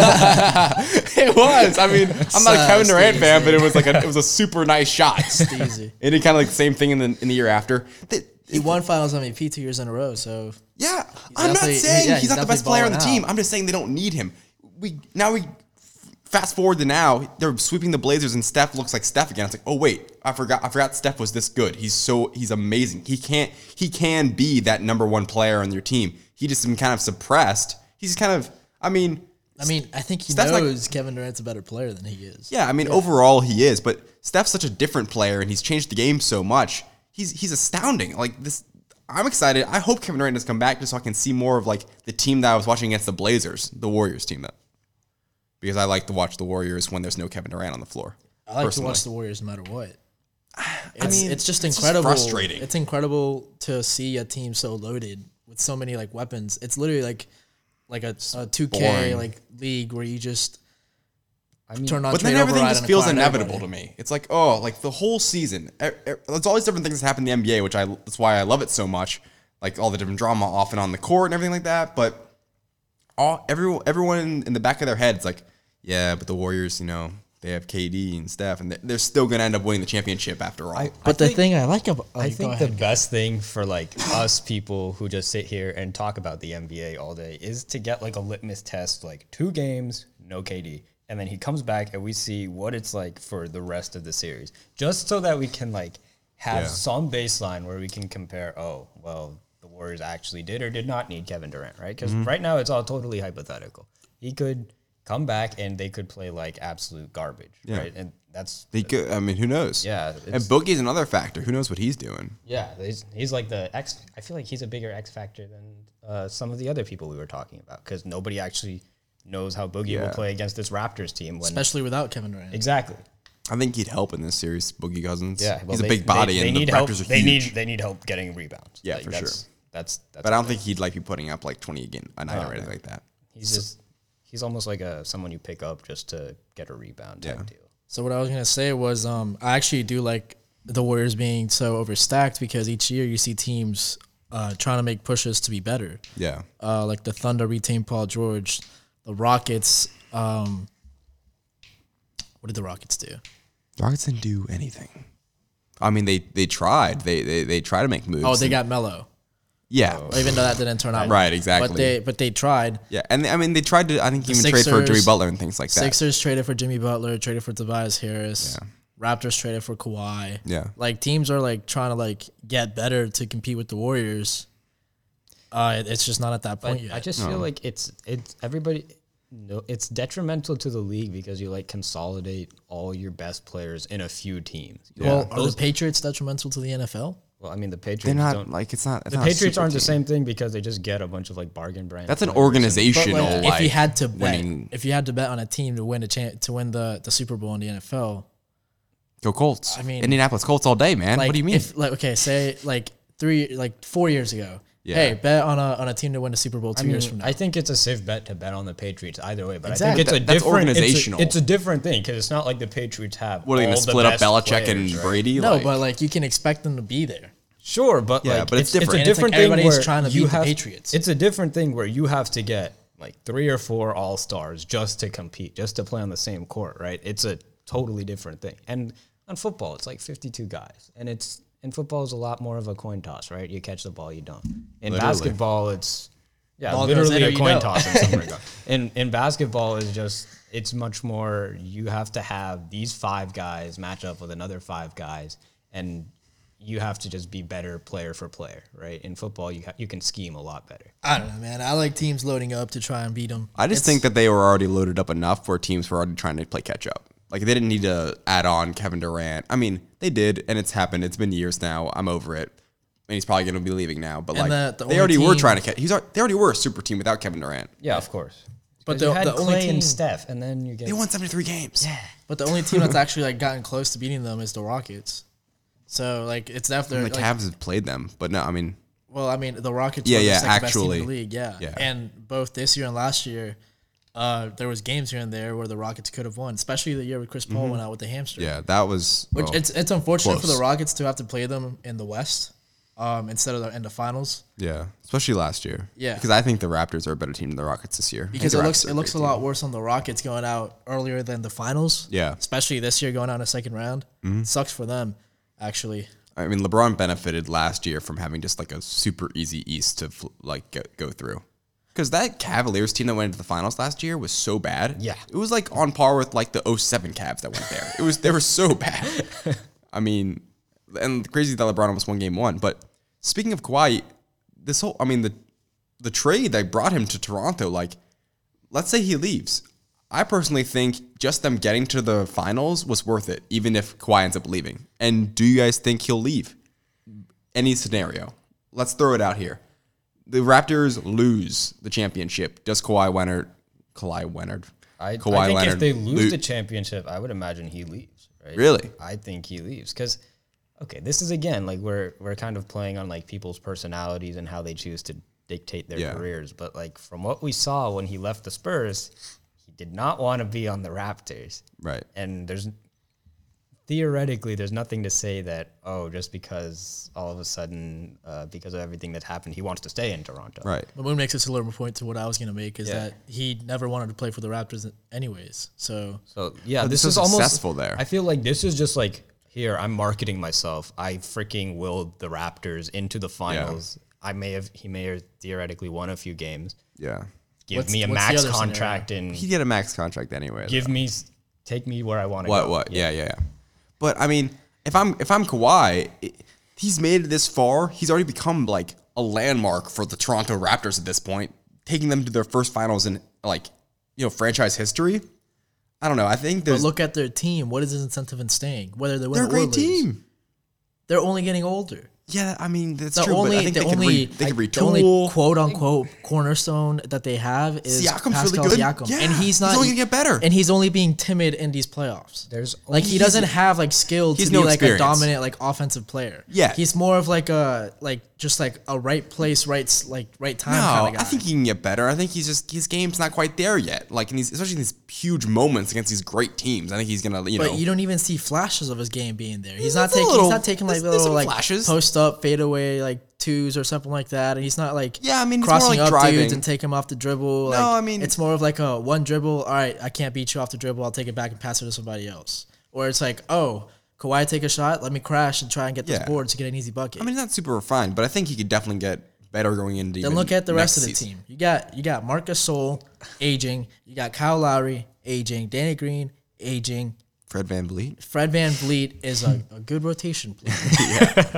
[SPEAKER 2] it was. I mean, I'm not a
[SPEAKER 4] So
[SPEAKER 2] Kevin Durant
[SPEAKER 4] Steve
[SPEAKER 2] fan, but it was like a, it was a super nice shot.
[SPEAKER 4] Easy.
[SPEAKER 2] And it kind of like the same thing in the in the year after. Th-
[SPEAKER 4] He won Finals MVP two years in a row, so
[SPEAKER 2] Yeah, I'm not
[SPEAKER 4] definitely-
[SPEAKER 2] saying
[SPEAKER 4] yeah,
[SPEAKER 2] he's,
[SPEAKER 4] he's
[SPEAKER 2] not the best
[SPEAKER 4] definitely
[SPEAKER 2] player on the
[SPEAKER 4] balling
[SPEAKER 2] team. I'm just saying they don't need him. We now we fast forward to now they're sweeping the Blazers and Steph looks like Steph again. It's like oh wait, I forgot. I forgot Steph was this good. He's so he's amazing. He can't he can be that number one player on your team. He just been kind of suppressed. He's kind of I mean
[SPEAKER 4] I mean, I think he
[SPEAKER 2] That's like-
[SPEAKER 4] knows Kevin Durant's a better player than he is.
[SPEAKER 2] Yeah, I mean, overall he is, but Steph's such a different player, and he's changed the game so much. He's he's astounding. Like this, I'm excited. I hope Kevin Durant does come back just so I can see more of like the team that I was watching against the Blazers, the Warriors team, that because I like to watch the Warriors when there's no Kevin Durant on the floor.
[SPEAKER 4] I like
[SPEAKER 2] personally.
[SPEAKER 4] to watch the Warriors no matter what. It's, it's just
[SPEAKER 2] it's just
[SPEAKER 4] incredible.
[SPEAKER 2] frustrating.
[SPEAKER 4] It's incredible to see a team so loaded with so many like weapons. It's literally like like a two K
[SPEAKER 2] boring.
[SPEAKER 4] like league where you just
[SPEAKER 3] I mean,
[SPEAKER 4] turn on.
[SPEAKER 2] But then everything just feels inevitable to me. It's like, oh, like the whole season. e- e- There's all these different things that happen in the NBA, which I that's why I love it so much. Like all the different drama off and on the court and everything like that. But all everyone everyone in, in the back of their heads like, yeah, but the Warriors, you know, they have KD and Steph, and they're, they're still gonna end up winning the championship after all.
[SPEAKER 4] But the thing I like about
[SPEAKER 3] I think the best thing for like us people who just sit here and talk about the NBA all day is to get like a litmus test, like two games, no KD, and then he comes back and we see what it's like for the rest of the series, just so that we can like have
[SPEAKER 2] Yeah.
[SPEAKER 3] some baseline where we can compare. Oh, well, the Warriors actually did or did not need Kevin Durant, right? Because
[SPEAKER 2] Mm-hmm.
[SPEAKER 3] right now it's all totally hypothetical. He could come back and they could play like absolute garbage, right? And that's
[SPEAKER 2] they could, I mean, who knows?
[SPEAKER 3] yeah,
[SPEAKER 2] And
[SPEAKER 3] it's-
[SPEAKER 2] Boogie's another factor. Who knows what he's doing?
[SPEAKER 3] yeah, he's, he's like the X. I feel like he's a bigger X factor than uh, some of the other people we were talking about because nobody actually knows how Boogie
[SPEAKER 2] Yeah.
[SPEAKER 3] will play against this Raptors team. When
[SPEAKER 4] especially without Kevin Durant.
[SPEAKER 3] exactly,
[SPEAKER 2] I think he'd help in this series, Boogie Cousins.
[SPEAKER 3] yeah, well,
[SPEAKER 2] he's a
[SPEAKER 3] they-
[SPEAKER 2] big body,
[SPEAKER 3] they- they
[SPEAKER 2] and the
[SPEAKER 3] need
[SPEAKER 2] Raptors
[SPEAKER 3] help.
[SPEAKER 2] are huge.
[SPEAKER 3] They need they need help getting rebounds.
[SPEAKER 2] Yeah, for
[SPEAKER 3] that's,
[SPEAKER 2] sure.
[SPEAKER 3] That's that's.
[SPEAKER 2] but I don't think he'd like be putting up like 20 again a night or anything like that.
[SPEAKER 3] he's just he's almost like a someone you pick up just to get a rebound type deal.
[SPEAKER 4] So what I was gonna say was, um, I actually do like the Warriors being so overstacked because each year you see teams uh, trying to make pushes to be better.
[SPEAKER 2] Yeah.
[SPEAKER 4] uh, like the Thunder retained Paul George, the Rockets. Um, what did the Rockets do? Oh,
[SPEAKER 2] Rockets didn't do anything. I mean, they they tried. They they, they try to make moves.
[SPEAKER 4] Oh, they
[SPEAKER 2] and-
[SPEAKER 4] got Mello.
[SPEAKER 2] yeah,
[SPEAKER 4] Even though that didn't turn out
[SPEAKER 2] Right, exactly.
[SPEAKER 4] But they but they tried.
[SPEAKER 2] yeah. And I mean, they tried to. I think even trade for
[SPEAKER 4] Sixers-
[SPEAKER 2] Jimmy Butler and things like that.
[SPEAKER 4] Sixers traded for Jimmy Butler, traded for Tobias Harris. Raptors traded for Kawhi.
[SPEAKER 2] Yeah.
[SPEAKER 4] like teams are like trying to like get better to compete with the Warriors. Uh, it- it's just not at that
[SPEAKER 3] I,
[SPEAKER 4] point yet.
[SPEAKER 3] I just
[SPEAKER 2] Um,
[SPEAKER 3] feel like it's it's everybody. No, it's detrimental to the league because you like consolidate all your best players in a few teams.
[SPEAKER 4] well, are the Patriots detrimental to the NFL?
[SPEAKER 3] Well, I mean the Patriots
[SPEAKER 2] They're not
[SPEAKER 3] don't
[SPEAKER 2] like it's not. It's
[SPEAKER 3] The
[SPEAKER 2] not a
[SPEAKER 3] Patriots
[SPEAKER 2] super
[SPEAKER 3] aren't the
[SPEAKER 2] team.
[SPEAKER 3] same thing because they just get a bunch of like bargain brand.
[SPEAKER 2] That's an
[SPEAKER 3] players.
[SPEAKER 4] But
[SPEAKER 2] organizational.
[SPEAKER 4] like,
[SPEAKER 2] like,
[SPEAKER 4] if you had to bet,
[SPEAKER 2] winning-
[SPEAKER 4] if you had to bet on a team to win a chan to win the, the Super Bowl in the NFL,
[SPEAKER 2] go Colts. I
[SPEAKER 4] I
[SPEAKER 2] mean,
[SPEAKER 4] mean-
[SPEAKER 2] Indianapolis Colts all day, man.
[SPEAKER 4] like
[SPEAKER 2] what do you mean?
[SPEAKER 4] If, like okay, say like three, like four years ago.
[SPEAKER 2] Yeah.
[SPEAKER 4] Hey, bet on a on a team to win the Super Bowl two
[SPEAKER 3] I mean,
[SPEAKER 4] years from now.
[SPEAKER 3] I think it's a safe bet to bet on the Patriots either way, but
[SPEAKER 4] Exactly.
[SPEAKER 3] I think it's a
[SPEAKER 2] That- that's
[SPEAKER 3] different it's a-
[SPEAKER 2] organizational.
[SPEAKER 3] It's a, different thing because it's not like the Patriots have.
[SPEAKER 2] what are they
[SPEAKER 3] all
[SPEAKER 2] going to
[SPEAKER 3] the
[SPEAKER 2] split up
[SPEAKER 3] best
[SPEAKER 2] Belichick and
[SPEAKER 3] players, right?
[SPEAKER 2] Brady?
[SPEAKER 4] no,
[SPEAKER 2] Like,
[SPEAKER 4] but like you can expect them to be there.
[SPEAKER 3] Sure, but
[SPEAKER 2] Yeah,
[SPEAKER 3] like,
[SPEAKER 2] but it's
[SPEAKER 3] It's a
[SPEAKER 2] different. And
[SPEAKER 4] it's like
[SPEAKER 3] different thing
[SPEAKER 4] everybody's
[SPEAKER 3] where
[SPEAKER 4] trying to
[SPEAKER 3] you
[SPEAKER 4] beat the
[SPEAKER 3] have,
[SPEAKER 4] Patriots.
[SPEAKER 3] It's a different thing where you have to get like three or four all stars just to compete, just to play on the same court, right? It's a totally different thing. And on football, it's like fifty-two guys, and it's and football is a lot more of a coin toss, right? You catch the ball, you don't. In basketball, it's yeah,
[SPEAKER 4] Ball goes
[SPEAKER 3] literally
[SPEAKER 4] in or
[SPEAKER 3] a
[SPEAKER 4] you
[SPEAKER 3] coin
[SPEAKER 4] don't.
[SPEAKER 3] toss in some regard. In in basketball is just it's much more you have to have these five guys match up with another five guys and you have to just be better player for player, right? In football you ha- you can scheme a lot better.
[SPEAKER 4] I don't know, man. I like teams loading up to try and beat them.
[SPEAKER 2] I just think that they were already loaded up enough where teams were already trying to play catch up. Like they didn't need to add on Kevin Durant. I mean, they did, and it's happened. It's been years now. I'm over it, and he's probably going to be leaving now. But like,
[SPEAKER 4] And the- the only
[SPEAKER 2] they already were
[SPEAKER 4] team-
[SPEAKER 2] trying to catch. He's al- they already were a super team without Kevin Durant.
[SPEAKER 3] Yeah, of course.
[SPEAKER 4] But
[SPEAKER 3] you
[SPEAKER 4] the-
[SPEAKER 3] had
[SPEAKER 4] the only
[SPEAKER 3] Clay
[SPEAKER 4] team-
[SPEAKER 3] and Steph, and then you get
[SPEAKER 2] They won 73 games. Yeah,
[SPEAKER 4] But the only team that's actually like gotten close to beating them is the Rockets. So like it's after
[SPEAKER 2] the
[SPEAKER 4] like,
[SPEAKER 2] Cavs have played them, but no, I mean,
[SPEAKER 4] Well, I mean, the Rockets
[SPEAKER 2] Yeah,
[SPEAKER 4] were the
[SPEAKER 2] yeah,
[SPEAKER 4] second best team in
[SPEAKER 2] actually.
[SPEAKER 4] the league, yeah.
[SPEAKER 2] Yeah.
[SPEAKER 4] And both this year and last year, uh, there was games here and there where the Rockets could have won, especially the year with Chris Paul went out with the hamstring.
[SPEAKER 2] Mm-hmm. Yeah, that was.
[SPEAKER 4] Which
[SPEAKER 2] well,
[SPEAKER 4] it's it's unfortunate for
[SPEAKER 2] close.
[SPEAKER 4] the Rockets to have to play them in the West um, instead of the, in the finals
[SPEAKER 2] yeah, especially last year.
[SPEAKER 4] Yeah.
[SPEAKER 2] because I think the Raptors are a better team than the Rockets this year. I think
[SPEAKER 4] because
[SPEAKER 2] the
[SPEAKER 4] it
[SPEAKER 2] Raptors
[SPEAKER 4] looks
[SPEAKER 2] are
[SPEAKER 4] it looks a
[SPEAKER 2] great
[SPEAKER 4] lot
[SPEAKER 2] team.
[SPEAKER 4] worse on the Rockets going out earlier than the finals.
[SPEAKER 2] Yeah. Mm-hmm.
[SPEAKER 4] especially this year going out in the second round sucks for them. Actually,
[SPEAKER 2] I mean, LeBron benefited last year from having just like a super easy East to fl- like go, go through. Because that Cavaliers team that went into the finals last year was so bad.
[SPEAKER 3] Yeah.
[SPEAKER 2] It was like on par with like the 07 Cavs that went there. It was, they were so bad. I mean, and crazy that LeBron almost won game one. But speaking of Kawhi, this whole, I mean, the, the trade that brought him to Toronto, like, let's say he leaves. I personally think just them getting to the finals was worth it, even if Kawhi ends up leaving. And do you guys think he'll leave? Any scenario. Let's throw it out here. The Raptors lose the championship. Does Kawhi Leonard, Kawhi Leonard,
[SPEAKER 3] I, I think
[SPEAKER 2] Kawhi
[SPEAKER 3] if they lose
[SPEAKER 2] lo-
[SPEAKER 3] the championship, I would imagine he leaves. Right?
[SPEAKER 2] Really?
[SPEAKER 3] I think he leaves because, okay, this is again like we're we're kind of playing on like people's personalities and how they choose to dictate their
[SPEAKER 2] Yeah.
[SPEAKER 3] careers. But like from what we saw when he left the Spurs, he did not want to be on the Raptors.
[SPEAKER 2] right?
[SPEAKER 3] And there's theoretically there's nothing to say that oh just because all of a sudden uh, because of everything that's happened he wants to stay in Toronto.
[SPEAKER 2] Right.
[SPEAKER 4] But Moon makes a similar point to what I was going to make is
[SPEAKER 3] Yeah.
[SPEAKER 4] that he never wanted to play for the Raptors anyways. So
[SPEAKER 3] So yeah,
[SPEAKER 2] But
[SPEAKER 3] this
[SPEAKER 2] so
[SPEAKER 3] is almost
[SPEAKER 2] successful there.
[SPEAKER 3] I feel like this is just like here I'm marketing myself. I freaking willed the Raptors into the finals. I may have he may have theoretically won a few games.
[SPEAKER 2] yeah.
[SPEAKER 3] Give
[SPEAKER 4] What's-
[SPEAKER 3] me a
[SPEAKER 4] what's the
[SPEAKER 3] max
[SPEAKER 4] other
[SPEAKER 3] contract
[SPEAKER 2] He'd
[SPEAKER 3] and
[SPEAKER 2] get a max contract anyway.
[SPEAKER 3] give me s- take me where I want to
[SPEAKER 2] What?
[SPEAKER 3] go.
[SPEAKER 2] What? Yeah. yeah, yeah, But I mean, if I'm if I'm Kawhi, i he's made it this far. He's already become like a landmark for the Toronto Raptors at this point, taking them to their first finals in like you know franchise history. I don't know. I think
[SPEAKER 4] but
[SPEAKER 2] there's
[SPEAKER 4] look at their team. What is his incentive in staying? Whether they win
[SPEAKER 2] they're
[SPEAKER 4] or
[SPEAKER 2] a great
[SPEAKER 4] lose,
[SPEAKER 2] team.
[SPEAKER 4] They're only getting older.
[SPEAKER 2] Yeah, I mean that's
[SPEAKER 4] The
[SPEAKER 2] true.
[SPEAKER 4] only,
[SPEAKER 2] but I think
[SPEAKER 4] the
[SPEAKER 2] they
[SPEAKER 4] only,
[SPEAKER 2] can re- they can
[SPEAKER 4] I-
[SPEAKER 2] retool.
[SPEAKER 4] the only quote unquote cornerstone that they have is
[SPEAKER 2] Siakam's
[SPEAKER 4] Pascal
[SPEAKER 2] really good.
[SPEAKER 4] Siakam,
[SPEAKER 2] Yeah,
[SPEAKER 4] and
[SPEAKER 2] he's
[SPEAKER 4] he's not e
[SPEAKER 2] only gonna get better.
[SPEAKER 4] and he's only being timid in these playoffs.
[SPEAKER 3] There's
[SPEAKER 4] like he doesn't have like skill to
[SPEAKER 2] he's
[SPEAKER 4] be
[SPEAKER 2] no
[SPEAKER 4] like
[SPEAKER 2] experience.
[SPEAKER 4] a dominant like offensive player.
[SPEAKER 2] Yeah.
[SPEAKER 4] he's more of like a like just like a right place, right s- like right time
[SPEAKER 2] No,
[SPEAKER 4] kind of guy.
[SPEAKER 2] I think he can get better. I think he's just his game's not quite there yet. Like in these, especially in these huge moments against these great teams. I think he's gonna, you
[SPEAKER 4] But
[SPEAKER 2] know,
[SPEAKER 4] you don't even see flashes of his game being there. He's
[SPEAKER 2] Yeah,
[SPEAKER 4] not
[SPEAKER 2] that's a
[SPEAKER 4] taking.
[SPEAKER 2] little-
[SPEAKER 4] he's not taking like
[SPEAKER 2] there's- there's
[SPEAKER 4] little
[SPEAKER 2] some
[SPEAKER 4] like
[SPEAKER 2] flashes.
[SPEAKER 4] post up fadeaway like twos or something like that. And he's not like
[SPEAKER 2] Yeah, I mean, it's more
[SPEAKER 4] crossing
[SPEAKER 2] like
[SPEAKER 4] up
[SPEAKER 2] driving.
[SPEAKER 4] dudes and take him off the dribble. like,
[SPEAKER 2] I mean-
[SPEAKER 4] it's more of like a one dribble. All right, I can't beat you off the dribble. I'll take it back and pass it to somebody else. Or it's like oh. Kawhi take a shot. Let me crash and try and get this
[SPEAKER 2] Yeah.
[SPEAKER 4] board to get an easy bucket.
[SPEAKER 2] I mean, he's not super refined, but I think he could definitely get better going into.
[SPEAKER 4] Then
[SPEAKER 2] even
[SPEAKER 4] look at the rest
[SPEAKER 2] next
[SPEAKER 4] of the
[SPEAKER 2] season.
[SPEAKER 4] team. You got you got Marcus Sol aging. You got Kyle Lowry aging. Danny Green aging.
[SPEAKER 2] Fred Van Vliet.
[SPEAKER 4] Fred Van Vliet is a, a good rotation player.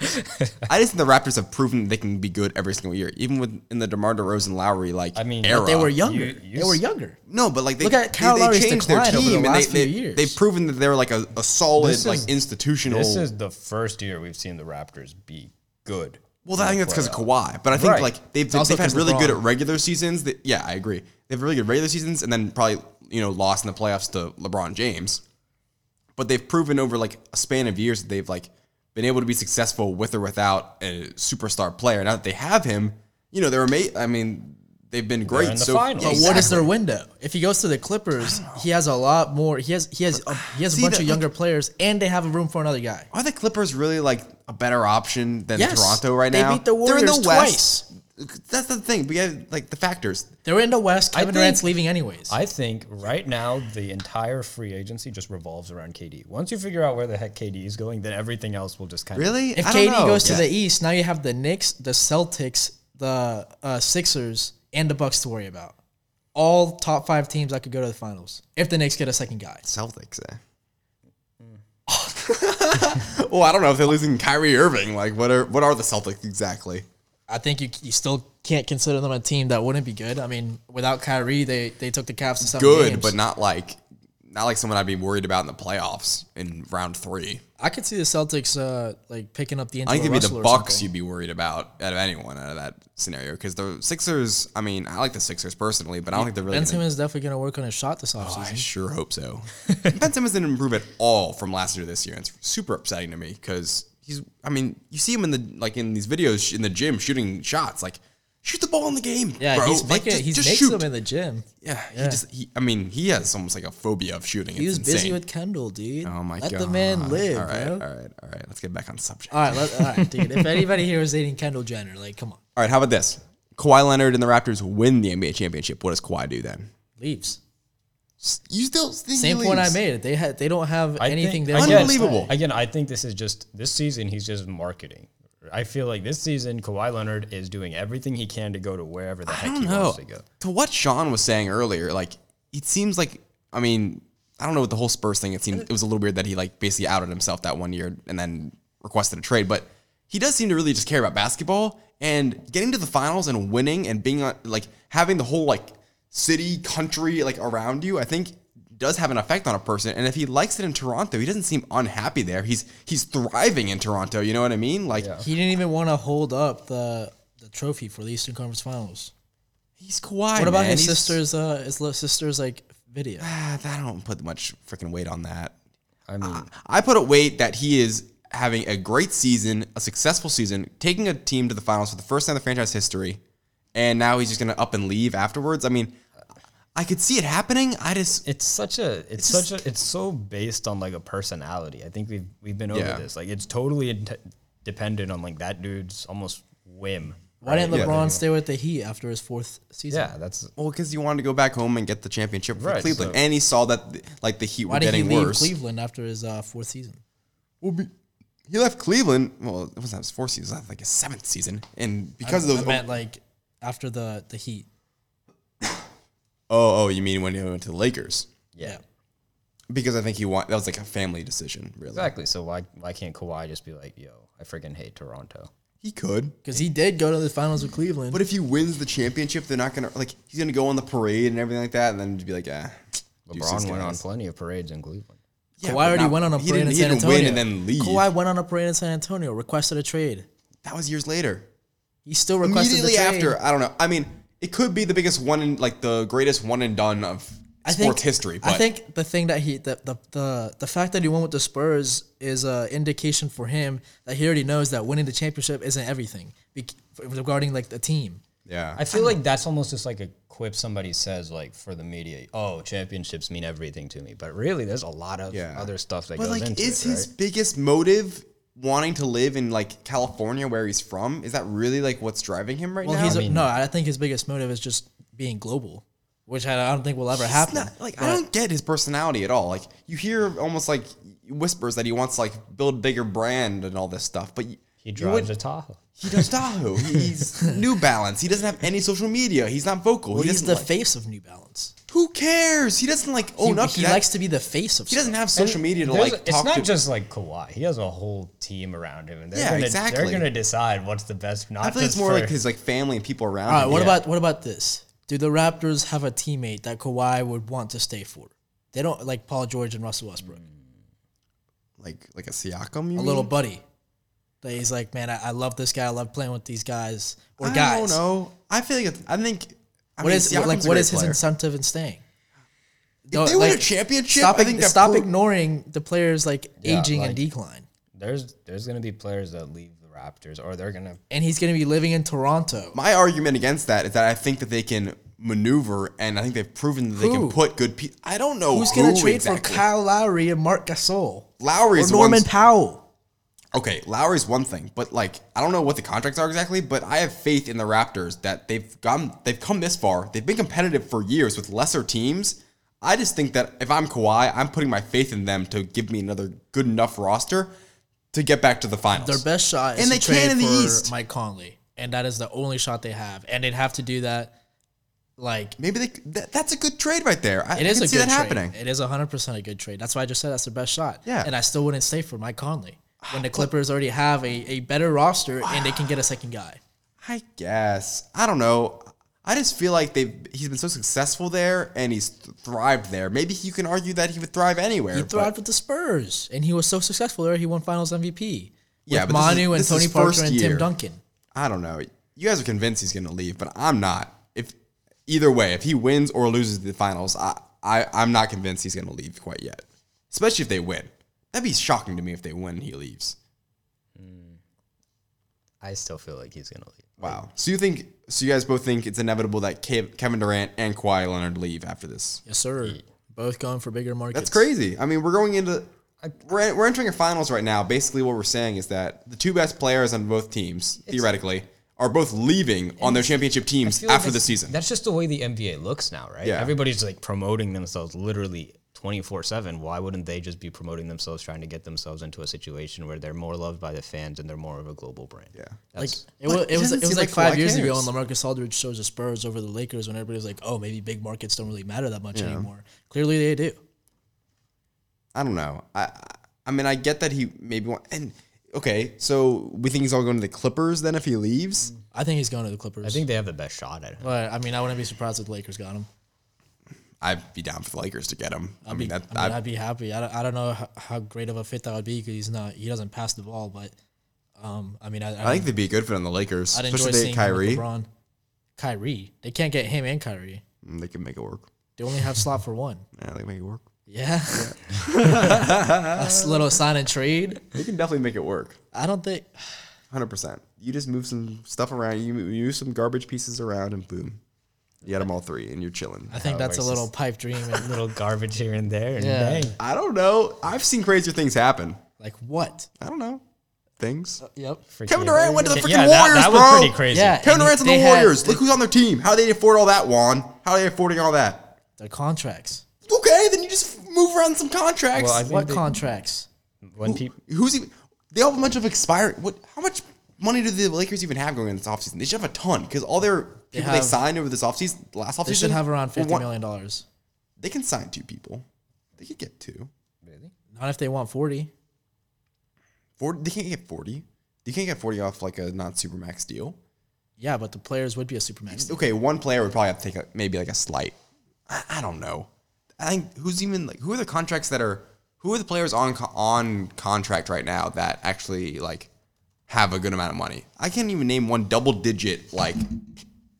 [SPEAKER 2] I just think the Raptors have proven they can be good every single year, even with in the DeMar DeRozan Lowry like
[SPEAKER 3] I mean,
[SPEAKER 2] era.
[SPEAKER 3] but
[SPEAKER 4] They were younger.
[SPEAKER 3] You- you
[SPEAKER 4] they were
[SPEAKER 3] s-
[SPEAKER 4] younger.
[SPEAKER 2] No, but like they
[SPEAKER 4] Look at Kyle
[SPEAKER 2] they, they
[SPEAKER 4] Lowry's
[SPEAKER 2] changed their
[SPEAKER 4] decline over the
[SPEAKER 2] team and
[SPEAKER 4] last
[SPEAKER 2] they,
[SPEAKER 4] few
[SPEAKER 2] they,
[SPEAKER 4] years.
[SPEAKER 2] they've proven that they're like a, a solid
[SPEAKER 3] This is-
[SPEAKER 2] like institutional.
[SPEAKER 3] This is the first year we've seen the Raptors be good.
[SPEAKER 2] Well, I think that's because of Kawhi, but I think
[SPEAKER 3] Right.
[SPEAKER 2] like they've
[SPEAKER 4] also
[SPEAKER 2] they've had
[SPEAKER 4] 'cause
[SPEAKER 2] really good at
[SPEAKER 4] LeBron.
[SPEAKER 2] regular seasons. That, yeah, I agree. They have really good regular seasons, and then probably you know lost in the playoffs to LeBron James. But they've proven over like a span of years that they've like been able to be successful with or without a superstar player. Now that they have him, you know they're ama- I mean they've been great.
[SPEAKER 3] in the
[SPEAKER 2] so
[SPEAKER 3] finals.
[SPEAKER 2] Yeah,
[SPEAKER 4] But what is
[SPEAKER 2] exactly.
[SPEAKER 4] their window? If he goes to the Clippers, he has a lot more. He has he has a, he has a
[SPEAKER 2] See,
[SPEAKER 4] bunch
[SPEAKER 2] the-
[SPEAKER 4] of younger players, and they have a room for another guy.
[SPEAKER 2] Are the Clippers really like a better option than
[SPEAKER 4] Yes.
[SPEAKER 2] Toronto right
[SPEAKER 4] They
[SPEAKER 2] now?
[SPEAKER 4] beat the Warriors
[SPEAKER 2] West. That's the thing. We have like the factors.
[SPEAKER 4] They're in the West. Kevin Durant's
[SPEAKER 3] think-
[SPEAKER 4] leaving anyways.
[SPEAKER 3] I think right now the entire free agency just revolves around KD. Once you figure out where the heck KD is going, then everything else will just kind of
[SPEAKER 2] Really?
[SPEAKER 4] if
[SPEAKER 2] I don't
[SPEAKER 4] KD
[SPEAKER 2] know.
[SPEAKER 4] goes to
[SPEAKER 2] Yeah.
[SPEAKER 4] the East, now you have the Knicks, the Celtics, the uh, Sixers, and the Bucks to worry about. All top five teams that could go to the finals if the Knicks get a second guy.
[SPEAKER 2] Celtics. Eh? Mm. well, I don't know if they're losing Kyrie Irving. Like, what are what are the Celtics exactly?
[SPEAKER 4] I think you, you still can't consider them a team that wouldn't be good. I mean, without Kyrie, they, they took the Cavs to seven
[SPEAKER 2] Good,
[SPEAKER 4] games.
[SPEAKER 2] but not like not like someone I'd be worried about in the playoffs in round three.
[SPEAKER 4] I could see the Celtics uh, like picking up the.
[SPEAKER 2] I think it'd be the Bucks you'd be worried about out of anyone out of that scenario because the Sixers. I mean, I like the Sixers personally, but I don't think they're really.
[SPEAKER 4] Ben
[SPEAKER 2] gonna-
[SPEAKER 4] Simmons is definitely going to work on his shot this
[SPEAKER 2] Oh, I
[SPEAKER 4] offseason.
[SPEAKER 2] sure hope so. ben Simmons didn't improve at all from last year to this year. and It's super upsetting to me because he's. I mean, you see him in the like in these videos sh- in the gym shooting shots. Like Shoot the ball in the game.
[SPEAKER 4] Yeah,
[SPEAKER 2] bro.
[SPEAKER 4] he's
[SPEAKER 2] Like,
[SPEAKER 4] making
[SPEAKER 2] ju-
[SPEAKER 4] he
[SPEAKER 2] just
[SPEAKER 4] makes
[SPEAKER 2] shoot.
[SPEAKER 4] them in the gym.
[SPEAKER 2] Yeah, he just. He, I mean, he has almost like a phobia of shooting.
[SPEAKER 4] He was
[SPEAKER 2] It's
[SPEAKER 4] busy
[SPEAKER 2] insane.
[SPEAKER 4] with Kendall, dude.
[SPEAKER 2] Oh my
[SPEAKER 4] Let
[SPEAKER 2] god.
[SPEAKER 4] Let the man live,
[SPEAKER 2] All right,
[SPEAKER 4] bro.
[SPEAKER 2] all right, all right. Let's get back on subject.
[SPEAKER 4] All right, let, all right, dude. If anybody here was dating Kendall Jenner, like, come on,
[SPEAKER 2] All right, how about this? Kawhi Leonard and the Raptors win the NBA championship. What does Kawhi do then?
[SPEAKER 4] leaves.
[SPEAKER 2] You still think he
[SPEAKER 4] Same point I
[SPEAKER 2] leaves?
[SPEAKER 4] made. They had they don't have
[SPEAKER 3] I
[SPEAKER 4] anything.
[SPEAKER 3] think-
[SPEAKER 4] they
[SPEAKER 3] I
[SPEAKER 4] want
[SPEAKER 3] guess-
[SPEAKER 4] to
[SPEAKER 2] Unbelievable.
[SPEAKER 4] say.
[SPEAKER 3] Again, I think this is just this season. He's just marketing. I feel like this season Kawhi Leonard is doing everything he can to go to wherever the heck he wants to go.
[SPEAKER 2] To what Sean was saying earlier, like it seems like I mean, I don't know with the whole Spurs thing, it seemed it was a little weird that he like basically outed himself that one year and then requested a trade, but he does seem to really just care about basketball and getting to the finals and winning and being on like having the whole like city, country like around you, I think does have an effect on a person. And if he likes it in Toronto, he doesn't seem unhappy there. He's he's thriving in Toronto, you know what I mean? Like
[SPEAKER 4] He didn't even want to hold up the the trophy for the Eastern Conference Finals.
[SPEAKER 2] he's quiet.
[SPEAKER 4] What about
[SPEAKER 2] man.
[SPEAKER 4] his
[SPEAKER 2] He's-
[SPEAKER 4] sister's uh his little sister's like video?
[SPEAKER 2] Ah, I don't put much freaking weight on that.
[SPEAKER 3] I mean,
[SPEAKER 2] I put a weight that he is having a great season, a successful season, taking a team to the finals for the first time in the franchise history, and now he's just gonna up and leave afterwards. I mean, I could see it happening. I just
[SPEAKER 3] it's such a it's, such a it's so based on like a personality. I think we've we've been over
[SPEAKER 2] Yeah.
[SPEAKER 3] this. Like it's totally int- dependent on like that dude's almost whim.
[SPEAKER 4] Why didn't
[SPEAKER 2] Yeah.
[SPEAKER 4] LeBron stay with the Heat after his fourth season?
[SPEAKER 3] Yeah, that's
[SPEAKER 2] well because he wanted to go back home and get the championship for
[SPEAKER 3] Right,
[SPEAKER 2] Cleveland,
[SPEAKER 3] so-
[SPEAKER 2] and he saw that th- like the Heat
[SPEAKER 4] Why
[SPEAKER 2] were
[SPEAKER 4] did he
[SPEAKER 2] getting
[SPEAKER 4] leave
[SPEAKER 2] worse.
[SPEAKER 4] Cleveland after his uh, fourth season?
[SPEAKER 2] Well, be- he left Cleveland. Well, it wasn't his fourth season. It was like his seventh season, and because of
[SPEAKER 4] I
[SPEAKER 2] those.
[SPEAKER 4] meant like after the the Heat.
[SPEAKER 2] oh, oh, you mean when he went to the Lakers?
[SPEAKER 4] Yeah.
[SPEAKER 2] Because I think he want that was like a family decision, really.
[SPEAKER 3] exactly. So why why can't Kawhi just be like, yo, I freaking hate Toronto.
[SPEAKER 2] He could.
[SPEAKER 4] Because he did go to the finals with Cleveland.
[SPEAKER 2] But if he wins the championship, they're not gonna like he's gonna go on the parade and everything like that, and then just be like, ah. deuces,
[SPEAKER 3] LeBron went on
[SPEAKER 2] guys."
[SPEAKER 3] plenty of parades in Cleveland.
[SPEAKER 2] Yeah,
[SPEAKER 4] Kawhi
[SPEAKER 2] but
[SPEAKER 4] already
[SPEAKER 2] not-
[SPEAKER 4] went on a
[SPEAKER 2] he
[SPEAKER 4] parade
[SPEAKER 2] didn't-
[SPEAKER 4] in
[SPEAKER 2] he
[SPEAKER 4] San
[SPEAKER 2] didn't
[SPEAKER 4] Antonio.
[SPEAKER 2] win and then leave.
[SPEAKER 4] Kawhi went on a parade in San Antonio, requested a trade.
[SPEAKER 2] That was years later.
[SPEAKER 4] He still requested
[SPEAKER 2] Immediately
[SPEAKER 4] the trade.
[SPEAKER 2] after, uh, I don't know. I mean, it could be the biggest one, in, like the greatest one and done of
[SPEAKER 4] I think,
[SPEAKER 2] sports history. But
[SPEAKER 4] I think the thing that he the, the the the fact that he won with the Spurs is a indication for him that he already knows that winning the championship isn't everything bec- regarding like the team.
[SPEAKER 2] yeah,
[SPEAKER 3] I feel like that's almost just like a quip somebody says like for the media. Oh, championships mean everything to me, but really, there's a lot of
[SPEAKER 2] Yeah.
[SPEAKER 3] other stuff that
[SPEAKER 2] but
[SPEAKER 3] goes
[SPEAKER 2] like,
[SPEAKER 3] into
[SPEAKER 2] is
[SPEAKER 3] it.
[SPEAKER 2] his
[SPEAKER 3] right?
[SPEAKER 2] biggest motive wanting to live in like California, where he's from? Is that really like what's driving him right
[SPEAKER 4] Well,
[SPEAKER 2] now?
[SPEAKER 4] he's a, no. I think his biggest motive is just being global, which I, I don't think will ever
[SPEAKER 2] It's
[SPEAKER 4] happen.
[SPEAKER 2] not- like I don't get his personality at all. Like you hear almost like whispers that he wants to, like build bigger brand and all this stuff, but you-
[SPEAKER 3] He
[SPEAKER 2] you
[SPEAKER 3] drives a
[SPEAKER 2] would-
[SPEAKER 3] Tahoe.
[SPEAKER 2] He does Tahoe. He- He's New Balance. He doesn't have any social media. He's not vocal.
[SPEAKER 4] Well,
[SPEAKER 2] he
[SPEAKER 4] he's
[SPEAKER 2] doesn't
[SPEAKER 4] the
[SPEAKER 2] like-
[SPEAKER 4] face of New Balance.
[SPEAKER 2] Who cares? He doesn't like
[SPEAKER 4] He,
[SPEAKER 2] own up.
[SPEAKER 4] he
[SPEAKER 2] to that.
[SPEAKER 4] likes to be the face of.
[SPEAKER 2] He doesn't
[SPEAKER 4] stuff.
[SPEAKER 2] have social media to
[SPEAKER 3] There's-
[SPEAKER 2] like
[SPEAKER 3] it's
[SPEAKER 2] talk
[SPEAKER 3] not
[SPEAKER 2] to.
[SPEAKER 3] just like Kawhi. He has a whole team around him, and they're
[SPEAKER 2] Yeah,
[SPEAKER 3] gonna,
[SPEAKER 2] exactly.
[SPEAKER 3] They're going to decide what's the best. Not
[SPEAKER 2] I feel like
[SPEAKER 3] just
[SPEAKER 2] it's more
[SPEAKER 3] for,
[SPEAKER 2] like his like family and people around.
[SPEAKER 4] All right.
[SPEAKER 2] him.
[SPEAKER 4] What
[SPEAKER 2] Yeah.
[SPEAKER 4] about what about this? Do the Raptors have a teammate that Kawhi would want to stay for? They don't like Paul George and Russell Westbrook.
[SPEAKER 2] like like a Siakam? You
[SPEAKER 4] a little
[SPEAKER 2] mean?
[SPEAKER 4] buddy that he's like, man, I, I love this guy. I love playing with these guys or
[SPEAKER 2] I
[SPEAKER 4] guys.
[SPEAKER 2] don't know. I feel like it's, I think. I
[SPEAKER 4] What
[SPEAKER 2] mean,
[SPEAKER 4] is-
[SPEAKER 2] Siakam's
[SPEAKER 4] like?
[SPEAKER 2] a
[SPEAKER 4] What
[SPEAKER 2] great
[SPEAKER 4] is his
[SPEAKER 2] player.
[SPEAKER 4] incentive in staying? If
[SPEAKER 2] they win a championship,
[SPEAKER 4] stop,
[SPEAKER 2] I think that
[SPEAKER 4] stop
[SPEAKER 2] pro-
[SPEAKER 4] ignoring the players like
[SPEAKER 3] Yeah,
[SPEAKER 4] aging
[SPEAKER 3] like-
[SPEAKER 4] and decline.
[SPEAKER 3] there's there's going to be players that leave the Raptors, or they're going to.
[SPEAKER 4] And he's going to be living in Toronto.
[SPEAKER 2] My argument against that is that I think that they can maneuver, and I think they've proven that they
[SPEAKER 4] Who?
[SPEAKER 2] can put good. Pe- I don't know
[SPEAKER 4] Who's going to
[SPEAKER 2] who
[SPEAKER 4] trade for
[SPEAKER 2] exactly.
[SPEAKER 4] Kyle Lowry and Mark Gasol
[SPEAKER 2] Lowry's
[SPEAKER 4] or Norman
[SPEAKER 2] one's-
[SPEAKER 4] Powell?
[SPEAKER 2] Okay, Lowry's one thing, but like I don't know what the contracts are exactly, but I have faith in the Raptors that they've gone, they've come this far. They've been competitive for years with lesser teams. I just think that if I'm Kawhi, I'm putting my faith in them to give me another good enough roster to get back to the finals.
[SPEAKER 4] Their best shot is
[SPEAKER 2] And
[SPEAKER 4] to
[SPEAKER 2] they can
[SPEAKER 4] trade
[SPEAKER 2] in the
[SPEAKER 4] for
[SPEAKER 2] East.
[SPEAKER 4] Mike Conley, and that is the only shot they have. And they'd have to do that, like
[SPEAKER 2] Maybe they, that, that's a good trade right there. I,
[SPEAKER 4] It
[SPEAKER 2] I
[SPEAKER 4] is
[SPEAKER 2] can
[SPEAKER 4] a
[SPEAKER 2] see
[SPEAKER 4] good
[SPEAKER 2] that
[SPEAKER 4] trade.
[SPEAKER 2] happening.
[SPEAKER 4] It is hundred percent a good trade. That's why I just said that's the best shot.
[SPEAKER 2] Yeah. Ah,
[SPEAKER 4] And I still wouldn't stay for Mike Conley when the Clippers already have a, a better roster and they can get a second guy.
[SPEAKER 2] I guess. I don't know. I just feel like they've he's been so successful there and he's th- thrived there. Maybe you can argue that he would thrive anywhere.
[SPEAKER 4] He
[SPEAKER 2] but-
[SPEAKER 4] thrived with the Spurs, and he was so successful there. He won Finals MVP.
[SPEAKER 2] Yeah,
[SPEAKER 4] with
[SPEAKER 2] but this is-
[SPEAKER 4] Manu and
[SPEAKER 2] this
[SPEAKER 4] Tony
[SPEAKER 2] is first
[SPEAKER 4] Parker and
[SPEAKER 2] year.
[SPEAKER 4] Tim Duncan.
[SPEAKER 2] I don't know. You guys are convinced he's going to leave, but I'm not. If either way, if he wins or loses the finals, I, I I'm not convinced he's going to leave quite yet. Especially if they win. That'd be shocking to me if they win and he leaves.
[SPEAKER 3] I still feel like he's gonna leave.
[SPEAKER 2] Wow. So you think? So you guys both think it's inevitable that Kev- Kevin Durant and Kawhi Leonard leave after this?
[SPEAKER 4] Yes, sir. Both going for bigger markets.
[SPEAKER 2] That's crazy. I mean, we're going into we're, we're entering a finals right now. Basically, what we're saying is that the two best players on both teams, theoretically, are both leaving on their championship teams
[SPEAKER 3] feel like
[SPEAKER 2] after the
[SPEAKER 3] that's-
[SPEAKER 2] season.
[SPEAKER 3] That's just the way the NBA looks now, right?
[SPEAKER 2] Yeah.
[SPEAKER 3] Everybody's like promoting themselves literally 24 7. Why wouldn't they just be promoting themselves, trying to get themselves into a situation where they're more loved by the fans and they're more of a global brand? Yeah.
[SPEAKER 4] Like
[SPEAKER 3] That's,
[SPEAKER 4] it was,
[SPEAKER 2] it
[SPEAKER 4] it was,
[SPEAKER 2] doesn't
[SPEAKER 4] it was
[SPEAKER 2] seem
[SPEAKER 4] like
[SPEAKER 2] like
[SPEAKER 4] five
[SPEAKER 2] Kawhi
[SPEAKER 4] years ago
[SPEAKER 2] cares.
[SPEAKER 4] when Lamarcus Aldridge chose the Spurs over the Lakers when everybody was like, "Oh, maybe big markets don't really matter that much anymore." Clearly, they do.
[SPEAKER 2] I don't know. I I- I mean, I get that he maybe want and okay. So we think he's all going to the Clippers then if he leaves.
[SPEAKER 4] I think he's going to the Clippers.
[SPEAKER 3] I think they have the best shot at it.
[SPEAKER 4] But I mean, I wouldn't be surprised if the Lakers got him.
[SPEAKER 2] I'd be down for the Lakers to get him. I mean, that
[SPEAKER 4] I mean,
[SPEAKER 2] I-
[SPEAKER 4] I'd be happy. I don't, I don't know how, how great of a fit that would be because he's not. He doesn't pass the ball, but um, I mean, I,
[SPEAKER 2] I think they'd be a good fit on the Lakers,
[SPEAKER 4] I'd enjoy
[SPEAKER 2] especially if they
[SPEAKER 4] seeing
[SPEAKER 2] had
[SPEAKER 4] Kyrie.
[SPEAKER 2] Kyrie.
[SPEAKER 4] LeBron. Kyrie. They can't get him and Kyrie.
[SPEAKER 2] Mm, They can make it work.
[SPEAKER 4] They only have slot for one.
[SPEAKER 2] Yeah, they can make it work.
[SPEAKER 4] Yeah. That's a little sign and trade.
[SPEAKER 2] They can definitely make it work.
[SPEAKER 4] I don't think.
[SPEAKER 2] Hundred percent. You just move some stuff around. You you move some garbage pieces around, and boom, you got them all three, and you're chilling.
[SPEAKER 4] I think that's a little pipe dream. And,
[SPEAKER 3] Little garbage here and there. And
[SPEAKER 4] Yeah.
[SPEAKER 3] bang.
[SPEAKER 2] I don't know. I've seen crazier things happen.
[SPEAKER 4] like what?
[SPEAKER 2] I don't know things.
[SPEAKER 4] Yep.
[SPEAKER 2] Kevin Durant went to the freaking
[SPEAKER 3] yeah, that,
[SPEAKER 2] Warriors,
[SPEAKER 3] that
[SPEAKER 2] bro.
[SPEAKER 3] was pretty crazy.
[SPEAKER 4] Yeah.
[SPEAKER 2] Kevin
[SPEAKER 4] and
[SPEAKER 2] Durant's on
[SPEAKER 4] they
[SPEAKER 2] the
[SPEAKER 4] had-
[SPEAKER 2] Warriors. Look who's on their team. How they afford all that, Juan? How are they affording all that?
[SPEAKER 4] The contracts.
[SPEAKER 2] Okay, then you just move around some contracts.
[SPEAKER 3] Well, I think
[SPEAKER 4] What
[SPEAKER 3] that
[SPEAKER 4] contracts?
[SPEAKER 3] when people.
[SPEAKER 2] Who's even? They all have a bunch of expiring. What? How much money do the Lakers even have going in this offseason? They should have a ton because all their people they
[SPEAKER 4] have-
[SPEAKER 2] signed over this offseason, last offseason,
[SPEAKER 4] They should have around
[SPEAKER 2] were
[SPEAKER 4] fifty
[SPEAKER 2] one-
[SPEAKER 4] million dollars.
[SPEAKER 2] They can sign two people. They could get two.
[SPEAKER 4] Not if they want forty.
[SPEAKER 2] Forty. They can't get forty. You can't get forty off like a not supermax deal.
[SPEAKER 4] Yeah, but the players would be a supermax.
[SPEAKER 2] Okay, one player would probably have to take a, maybe like a slight. I, I don't know. I think who's even like who are the contracts that are who are the players on co- on contract right now that actually like have a good amount of money? I can't even name one double digit like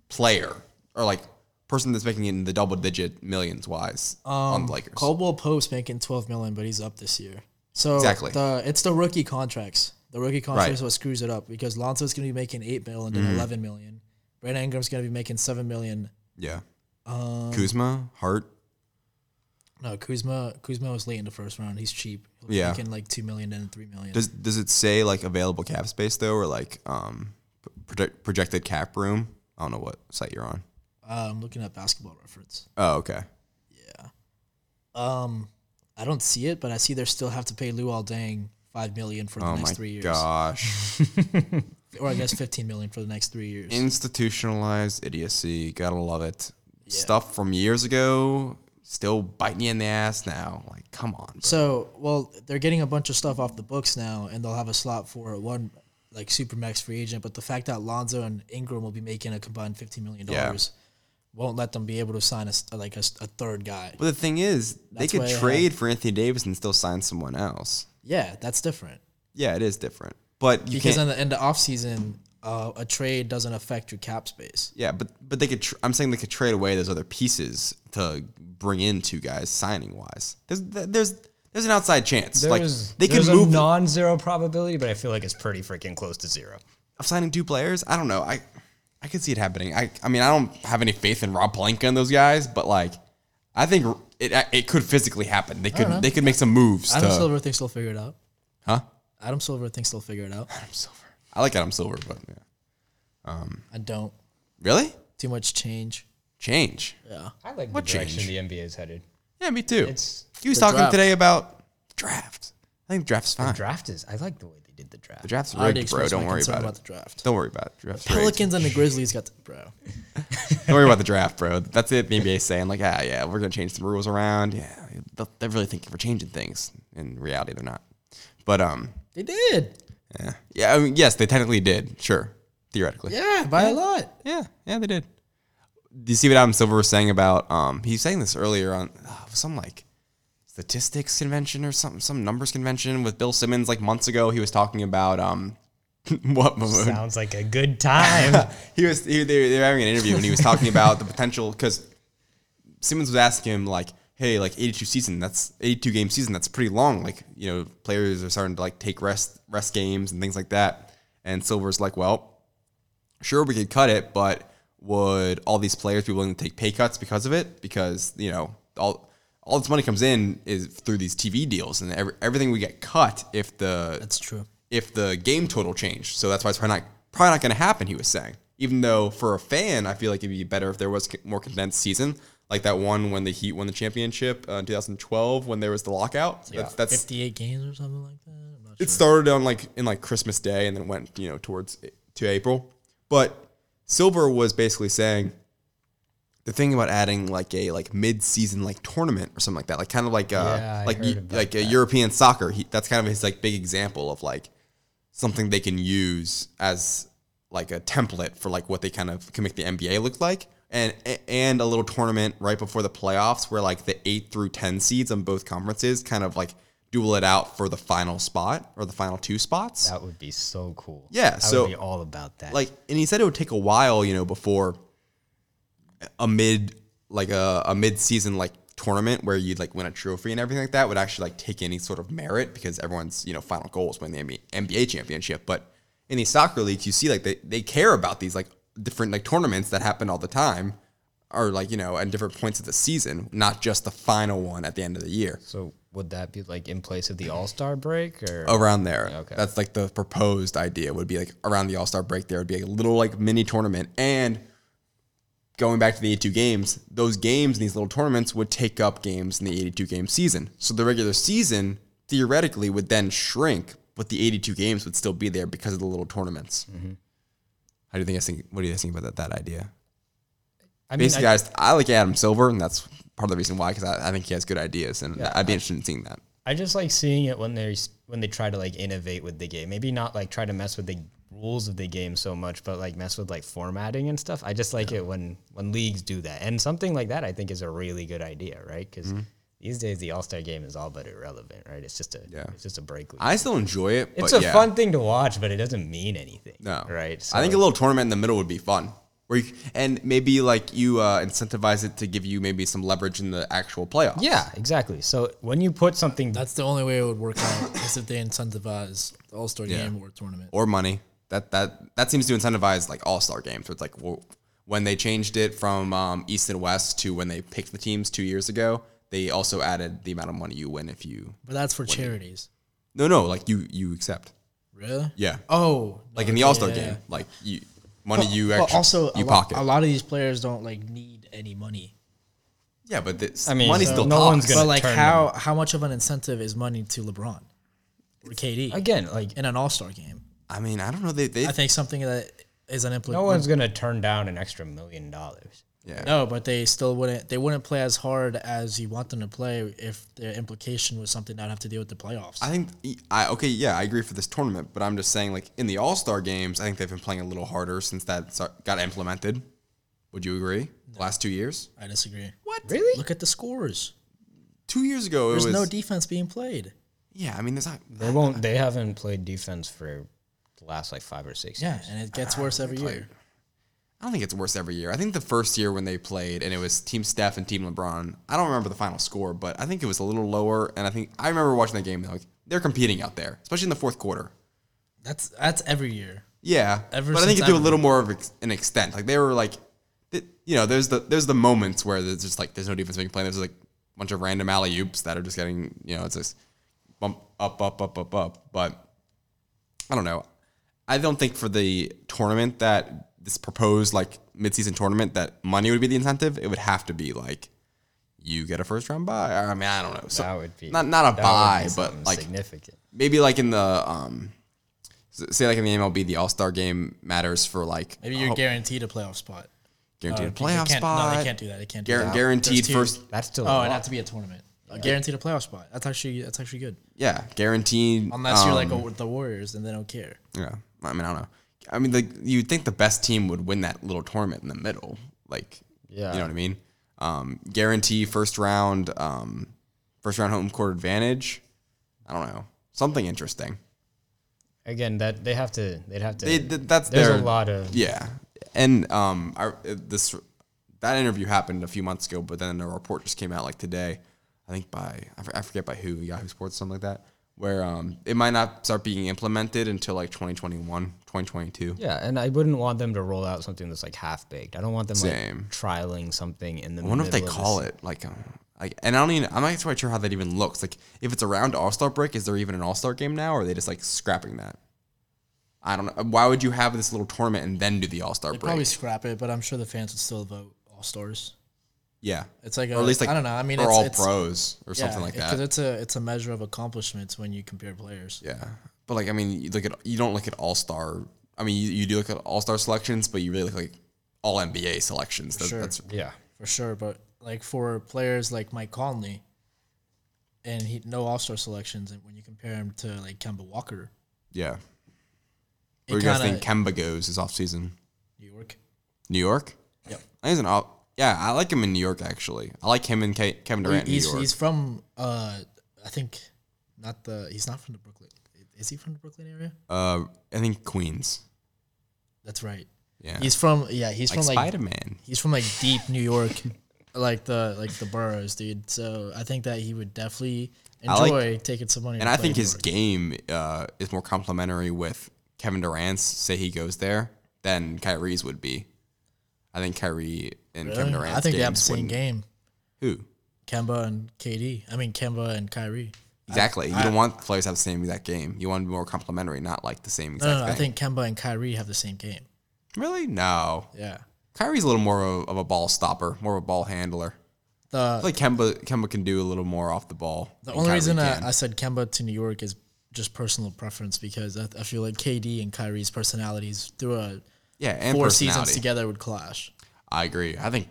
[SPEAKER 2] player or like person that's making it in the double digit millions wise on the Lakers.
[SPEAKER 4] Caldwell Pope's making twelve million, but he's up this year. So
[SPEAKER 2] Exactly.
[SPEAKER 4] the it's the rookie contracts. The rookie contracts
[SPEAKER 2] Right. Mm-hmm.
[SPEAKER 4] is what screws it up because Lonzo's gonna be making eight million and then eleven million. Brandon Ingram's gonna be making seven million.
[SPEAKER 2] yeah. Kuzma, Hart,
[SPEAKER 4] No, Kuzma Kuzma was late in the first round. He's cheap. He'll be
[SPEAKER 2] Yeah.
[SPEAKER 4] making like two million and three million.
[SPEAKER 2] Does does it say like available cap space though, or like um project, projected cap room? I don't know what site you're on.
[SPEAKER 4] uh, I'm looking at basketball reference.
[SPEAKER 2] Oh, okay.
[SPEAKER 4] Um, I don't see it, but I see they still have to pay Lou Aldang five million for the
[SPEAKER 2] Oh
[SPEAKER 4] next
[SPEAKER 2] my
[SPEAKER 4] three years,
[SPEAKER 2] gosh!
[SPEAKER 4] or I guess fifteen million for the next three years.
[SPEAKER 2] Institutionalized idiocy. Gotta love it. Stuff from years ago still biting you in the ass now. Like, come on. bro.
[SPEAKER 4] So, well, they're getting a bunch of stuff off the books now, and they'll have a slot for one like supermax free agent. But the fact that Lonzo and Ingram will be making a combined fifteen million dollars won't let them be able to sign a s- like a, s- a third guy.
[SPEAKER 2] But the thing is, they
[SPEAKER 4] That's
[SPEAKER 2] could
[SPEAKER 4] why I
[SPEAKER 2] trade for Anthony Davis and still sign someone else.
[SPEAKER 4] Yeah, that's different
[SPEAKER 2] Yeah, it is different. But you
[SPEAKER 4] because in
[SPEAKER 2] can't.
[SPEAKER 4] the in the off season, uh, a trade doesn't affect your cap space.
[SPEAKER 2] Yeah, but but they could. Tr- I'm saying they could trade away those other pieces to bring in two guys signing wise. There's there's there's an outside chance. like
[SPEAKER 3] There's-
[SPEAKER 2] they could
[SPEAKER 3] there's
[SPEAKER 2] move
[SPEAKER 3] a non-zero probability, but I feel like it's pretty freaking close to zero.
[SPEAKER 2] of signing two players. I don't know. I I could see it happening. I I mean I don't have any faith in Rob Palenka and those guys, but like I think it it could physically happen. They could they could make some moves.
[SPEAKER 4] Adam
[SPEAKER 2] to-
[SPEAKER 4] Silver thinks they'll figure it out.
[SPEAKER 2] huh?
[SPEAKER 4] Adam Silver thinks they'll figure it out.
[SPEAKER 2] Adam Silver. I like Adam Silver, but yeah.
[SPEAKER 4] I don't.
[SPEAKER 2] really
[SPEAKER 4] Too much change.
[SPEAKER 2] change.
[SPEAKER 3] I like
[SPEAKER 2] What
[SPEAKER 3] the direction
[SPEAKER 2] change?
[SPEAKER 3] the NBA is headed.
[SPEAKER 2] Yeah, me too.
[SPEAKER 3] It's
[SPEAKER 2] he was talking
[SPEAKER 4] draft.
[SPEAKER 2] today about draft. I think draft's fine.
[SPEAKER 3] draft is. I like the way they did the draft.
[SPEAKER 2] The draft's
[SPEAKER 4] I already
[SPEAKER 2] rigged, bro.
[SPEAKER 4] expressed
[SPEAKER 2] Don't
[SPEAKER 4] my
[SPEAKER 2] worry
[SPEAKER 4] concern
[SPEAKER 2] about,
[SPEAKER 4] about
[SPEAKER 2] it.
[SPEAKER 4] the draft.
[SPEAKER 2] Don't worry about it. Draft's rigged.
[SPEAKER 4] Pelicans and the Grizzlies got the bro.
[SPEAKER 2] Don't worry about the draft, bro. That's it. The NBA's saying like, ah, yeah, we're gonna change some rules around. Yeah, they'll- they really think we're changing things. In reality, they're not. But um,
[SPEAKER 4] They did.
[SPEAKER 2] yeah, yeah. I mean, yes, they technically did. Sure, theoretically.
[SPEAKER 4] Yeah, by a lot.
[SPEAKER 2] yeah, yeah, they did. Do you see what Adam Silver was saying about? Um, he was saying this earlier on uh, some like statistics convention or something, some numbers convention with Bill Simmons like months ago. He was talking about um, what
[SPEAKER 3] Sounds like a good time.
[SPEAKER 2] he was he, they, they were having an interview and he was talking about the potential because Simmons was asking him like, "Hey, like 82 season, that's 82 game season, that's pretty long. Like you know, players are starting to like take rest rest games and things like that." And Silver's like, well, sure, we could cut it, but would all these players be willing to take pay cuts because of it? Because, you know, all all this money comes in is through these TV deals and every, everything we get cut if the
[SPEAKER 6] That's true.
[SPEAKER 2] if the game total changed. So that's why it's probably not probably not going to happen. He was saying, even though for a fan, I feel like it'd be better if there was c- more condensed season, like that one when the Heat won the championship uh, in 2012 when there was the lockout. So that's, that's
[SPEAKER 6] 58 games or something like that. I'm not
[SPEAKER 2] it started on like in like Christmas Day and then went you know towards to April. But Silver was basically saying the thing about adding like a like mid season like tournament or something like that, like kind of like uh
[SPEAKER 3] I
[SPEAKER 2] like
[SPEAKER 3] heard
[SPEAKER 2] eu-
[SPEAKER 3] about
[SPEAKER 2] like a European soccer. He, that's kind of his like big example of like something they can use as like a template for like what they kind of can make the NBA look like. And, and a little tournament right before the playoffs where like the eight through 10 seeds on both conferences kind of like duel it out for the final spot or the final two spots.
[SPEAKER 3] That would be so cool.
[SPEAKER 2] Yeah,
[SPEAKER 3] I
[SPEAKER 2] so-
[SPEAKER 3] would be all about that.
[SPEAKER 2] Like, and he said it would take a while, you know, before a mid, like a, a mid season, like tournament where you'd like win a trophy and everything like that would actually like take any sort of merit because everyone's, you know, final goal is win the NBA NBA championship. But in these soccer leagues, you see like they, they care about these like different like tournaments that happen all the time or like, you know, at different points of the season, not just the final one at the end of the year.
[SPEAKER 3] so would that be like in place of the All Star break or?
[SPEAKER 2] around there.
[SPEAKER 3] Okay.
[SPEAKER 2] That's like the proposed idea would be like around the All Star break. There would be a little like mini tournament, and going back to the 82 games, those games in these little tournaments would take up games in the 82 game season. So the regular season theoretically would then shrink, but the 82 games would still be there because of the little tournaments.
[SPEAKER 3] Mm-hmm.
[SPEAKER 2] How do you think? I think. What do you guys think about that? That idea.
[SPEAKER 3] I mean,
[SPEAKER 2] Basically,
[SPEAKER 3] I-
[SPEAKER 2] guys, I like Adam Silver, and that's part of the reason why, because I, I think he has good ideas, and I'd be interested in seeing that.
[SPEAKER 3] I just like seeing it when they when they try to like innovate with the game. Maybe not like try to mess with the rules of the game so much, but like mess with like formatting and stuff. I just like it when when leagues do that. And something like that, I think, is a really good idea, right? Because
[SPEAKER 2] Mm-hmm.
[SPEAKER 3] these days the All Star game is all but irrelevant, right? It's just a it's just a break league.
[SPEAKER 2] I still enjoy it.
[SPEAKER 3] it's
[SPEAKER 2] but
[SPEAKER 3] a
[SPEAKER 2] yeah.
[SPEAKER 3] fun thing to watch, but it doesn't mean anything.
[SPEAKER 2] No.
[SPEAKER 3] right?
[SPEAKER 2] I think a
[SPEAKER 3] So-
[SPEAKER 2] little tournament in the middle would be fun. Where you, and maybe like you uh, incentivize it to give you maybe some leverage in the actual playoffs.
[SPEAKER 3] yeah, exactly. So when you put something
[SPEAKER 6] That's the only way it would work out is if they incentivize the All Star game or tournament.
[SPEAKER 2] Or money. That that that seems to incentivize like all star games. Where it's like well, when they changed it from um, East and West to when they picked the teams two years ago, they also added the amount of money you win if you.
[SPEAKER 6] But that's for charities.
[SPEAKER 2] No, no, like you you accept.
[SPEAKER 6] Really?
[SPEAKER 2] Yeah.
[SPEAKER 6] Oh,
[SPEAKER 2] Like in the all star game, like you money you
[SPEAKER 6] But
[SPEAKER 2] actually
[SPEAKER 6] also,
[SPEAKER 2] you
[SPEAKER 6] a, lot,
[SPEAKER 2] pocket.
[SPEAKER 6] a lot of these players don't like need any money.
[SPEAKER 2] yeah, but this,
[SPEAKER 3] I mean,
[SPEAKER 2] money
[SPEAKER 3] so
[SPEAKER 2] still
[SPEAKER 3] no one's
[SPEAKER 2] talks.
[SPEAKER 3] gonna
[SPEAKER 6] But like,
[SPEAKER 3] turn
[SPEAKER 6] how how much of an incentive is money to LeBron or KD
[SPEAKER 3] again, like
[SPEAKER 6] in an All Star game?
[SPEAKER 2] I mean, I don't know. They, they
[SPEAKER 6] I think something that is an implement.
[SPEAKER 3] no one's gonna turn down an extra million dollars.
[SPEAKER 6] No, but they still wouldn't. They wouldn't play as hard as you want them to play if their implication was something not have to deal with the playoffs.
[SPEAKER 2] I think I okay, yeah, I agree for this tournament, but I'm just saying like in the All Star games, I think they've been playing a little harder since that sar- got implemented. Would you agree? The last two years,
[SPEAKER 6] I disagree.
[SPEAKER 2] what
[SPEAKER 3] Really?
[SPEAKER 6] Look at the scores.
[SPEAKER 2] Two years ago,
[SPEAKER 6] There's
[SPEAKER 2] it was
[SPEAKER 6] no defense being played.
[SPEAKER 2] yeah. I mean, there's not
[SPEAKER 3] They won't. They haven't played defense for the last like five or six.
[SPEAKER 6] Yeah, and it gets worse every year.
[SPEAKER 2] I don't think it's worse every year. I think the first year when they played and it was Team Steph and Team LeBron, I don't remember the final score, but I think it was a little lower. And I think I remember watching that game like they're competing out there, especially in the fourth quarter.
[SPEAKER 6] That's that's every year.
[SPEAKER 2] Yeah,
[SPEAKER 6] Ever
[SPEAKER 2] but I think
[SPEAKER 6] since
[SPEAKER 2] it to a
[SPEAKER 6] I've-
[SPEAKER 2] little more of ex- an extent. Like they were like, th- you know, there's the there's the moments where there's just like there's no defense being played. There's like a bunch of random alley oops that are just getting you know it's just bump up up up up up. But I don't know. I don't think for the tournament that this proposed like midseason tournament that money would be the incentive. It would have to be like you get a first round buy. I mean, I don't know. So
[SPEAKER 3] That would be
[SPEAKER 2] not not
[SPEAKER 3] that
[SPEAKER 2] a
[SPEAKER 3] would be
[SPEAKER 2] buy, but
[SPEAKER 3] something
[SPEAKER 2] like
[SPEAKER 3] significant.
[SPEAKER 2] maybe like in the um s- say like in the MLB the All Star game matters for like
[SPEAKER 6] Maybe you're guaranteed a playoff spot.
[SPEAKER 2] Oh. guaranteed
[SPEAKER 6] Uh, They
[SPEAKER 2] playoff
[SPEAKER 6] can't-
[SPEAKER 2] spot.
[SPEAKER 6] No, they can't do that. They can't do
[SPEAKER 2] Guar-
[SPEAKER 6] that.
[SPEAKER 2] guaranteed
[SPEAKER 6] There's two-
[SPEAKER 2] first
[SPEAKER 3] That's still.
[SPEAKER 6] Oh, it'd have to be a tournament. A guaranteed a playoff spot. That's actually that's actually good.
[SPEAKER 2] yeah, guaranteed
[SPEAKER 6] Unless you're like
[SPEAKER 2] um,
[SPEAKER 6] a, the Warriors, then they don't care.
[SPEAKER 2] Yeah. I mean I don't know. I mean like you'd think the best team would win that little tournament in the middle. Like
[SPEAKER 3] Yeah.
[SPEAKER 2] you know what I mean? Um guarantee first round um first round home court advantage. I don't know. Something interesting.
[SPEAKER 3] again that they have to. They'd have to.
[SPEAKER 2] They, th- that's
[SPEAKER 3] there's
[SPEAKER 2] their,
[SPEAKER 3] a lot of.
[SPEAKER 2] Yeah, and um, I, this that interview happened a few months ago, but then a report just came out like today. I think by I for- I forget by who Yahoo Sports something like that, where um, it might not start being implemented until like 2021, 2022.
[SPEAKER 3] Yeah, and I wouldn't want them to roll out something that's like half baked. I don't want them
[SPEAKER 2] Same.
[SPEAKER 3] like trialing something in the.
[SPEAKER 2] I wonder if they
[SPEAKER 3] middle of
[SPEAKER 2] call
[SPEAKER 3] this-
[SPEAKER 2] it like, um, like, and I don't even. I'm not quite sure how that even looks. Like, if it's around All Star break, is there even an All Star game now, or are they just like scrapping that? I don't know. Why would you have this little tournament and then do the All Star break?
[SPEAKER 4] Probably scrap it, but I'm sure the fans would still vote all stars.
[SPEAKER 2] yeah,
[SPEAKER 4] It's like
[SPEAKER 2] or
[SPEAKER 4] a-
[SPEAKER 2] at least like
[SPEAKER 4] I don't know. I mean,
[SPEAKER 2] for
[SPEAKER 4] it's,
[SPEAKER 2] all
[SPEAKER 4] it's,
[SPEAKER 2] pros or something like
[SPEAKER 4] Because
[SPEAKER 2] that.
[SPEAKER 4] it's a it's a measure of accomplishments when you compare players.
[SPEAKER 2] Yeah, but like I mean, you look at you don't look at All Star. I mean, you, you do look at All Star selections, but you really look like All NBA selections. That,
[SPEAKER 4] Sure.
[SPEAKER 2] That's
[SPEAKER 3] Yeah,
[SPEAKER 4] for sure. But like for players like Mike Conley, and he no All Star selections, and when you compare him to like Kemba Walker,
[SPEAKER 2] yeah.
[SPEAKER 4] it
[SPEAKER 2] Where do you guys
[SPEAKER 4] kinda-
[SPEAKER 2] think Kemba goes this off season?
[SPEAKER 4] New York.
[SPEAKER 2] New York. Yep. He's an op- yeah, I like him in New York actually. I like him and Ke- Kevin Durant in New
[SPEAKER 4] He's,
[SPEAKER 2] York.
[SPEAKER 4] he's from uh, I think not the he's not from the Brooklyn. Is he from the Brooklyn area?
[SPEAKER 2] uh, I think Queens.
[SPEAKER 4] That's right.
[SPEAKER 2] Yeah.
[SPEAKER 4] He's from yeah. He's
[SPEAKER 2] like
[SPEAKER 4] from like
[SPEAKER 2] Spider Man.
[SPEAKER 4] he's from like deep New York, like the like the boroughs, dude. So I think that he would definitely
[SPEAKER 2] I like-
[SPEAKER 4] enjoy taking some money.
[SPEAKER 2] And I think his game uh, is more complementary with Kevin Durant's. Say he goes there, than Kyrie's would be. I think Kyrie and Kevin Durant.
[SPEAKER 4] I think they have the
[SPEAKER 2] games
[SPEAKER 4] same
[SPEAKER 2] wouldn't-
[SPEAKER 4] game.
[SPEAKER 2] Who
[SPEAKER 4] Kemba and KD. I mean Kemba and Kyrie.
[SPEAKER 2] exactly? you don't want players to have the same exact game. You want to be more complementary, not like the same
[SPEAKER 4] No,
[SPEAKER 2] exact
[SPEAKER 4] no, no,
[SPEAKER 2] thing.
[SPEAKER 4] I think Kemba and Kyrie have the same game.
[SPEAKER 2] really no.
[SPEAKER 4] Yeah.
[SPEAKER 2] Kyrie's a little more of, of a ball stopper, more of a ball handler. I
[SPEAKER 4] The
[SPEAKER 2] feel like Kemba Kemba can do a little more off the ball.
[SPEAKER 4] the
[SPEAKER 2] than
[SPEAKER 4] only
[SPEAKER 2] Kyrie
[SPEAKER 4] reason
[SPEAKER 2] can.
[SPEAKER 4] I, I said Kemba to New York is just personal preference because I, I feel like KD and Kyrie's personalities through a
[SPEAKER 2] yeah, and
[SPEAKER 4] four seasons
[SPEAKER 2] personality.
[SPEAKER 4] together would clash.
[SPEAKER 2] I agree. I think,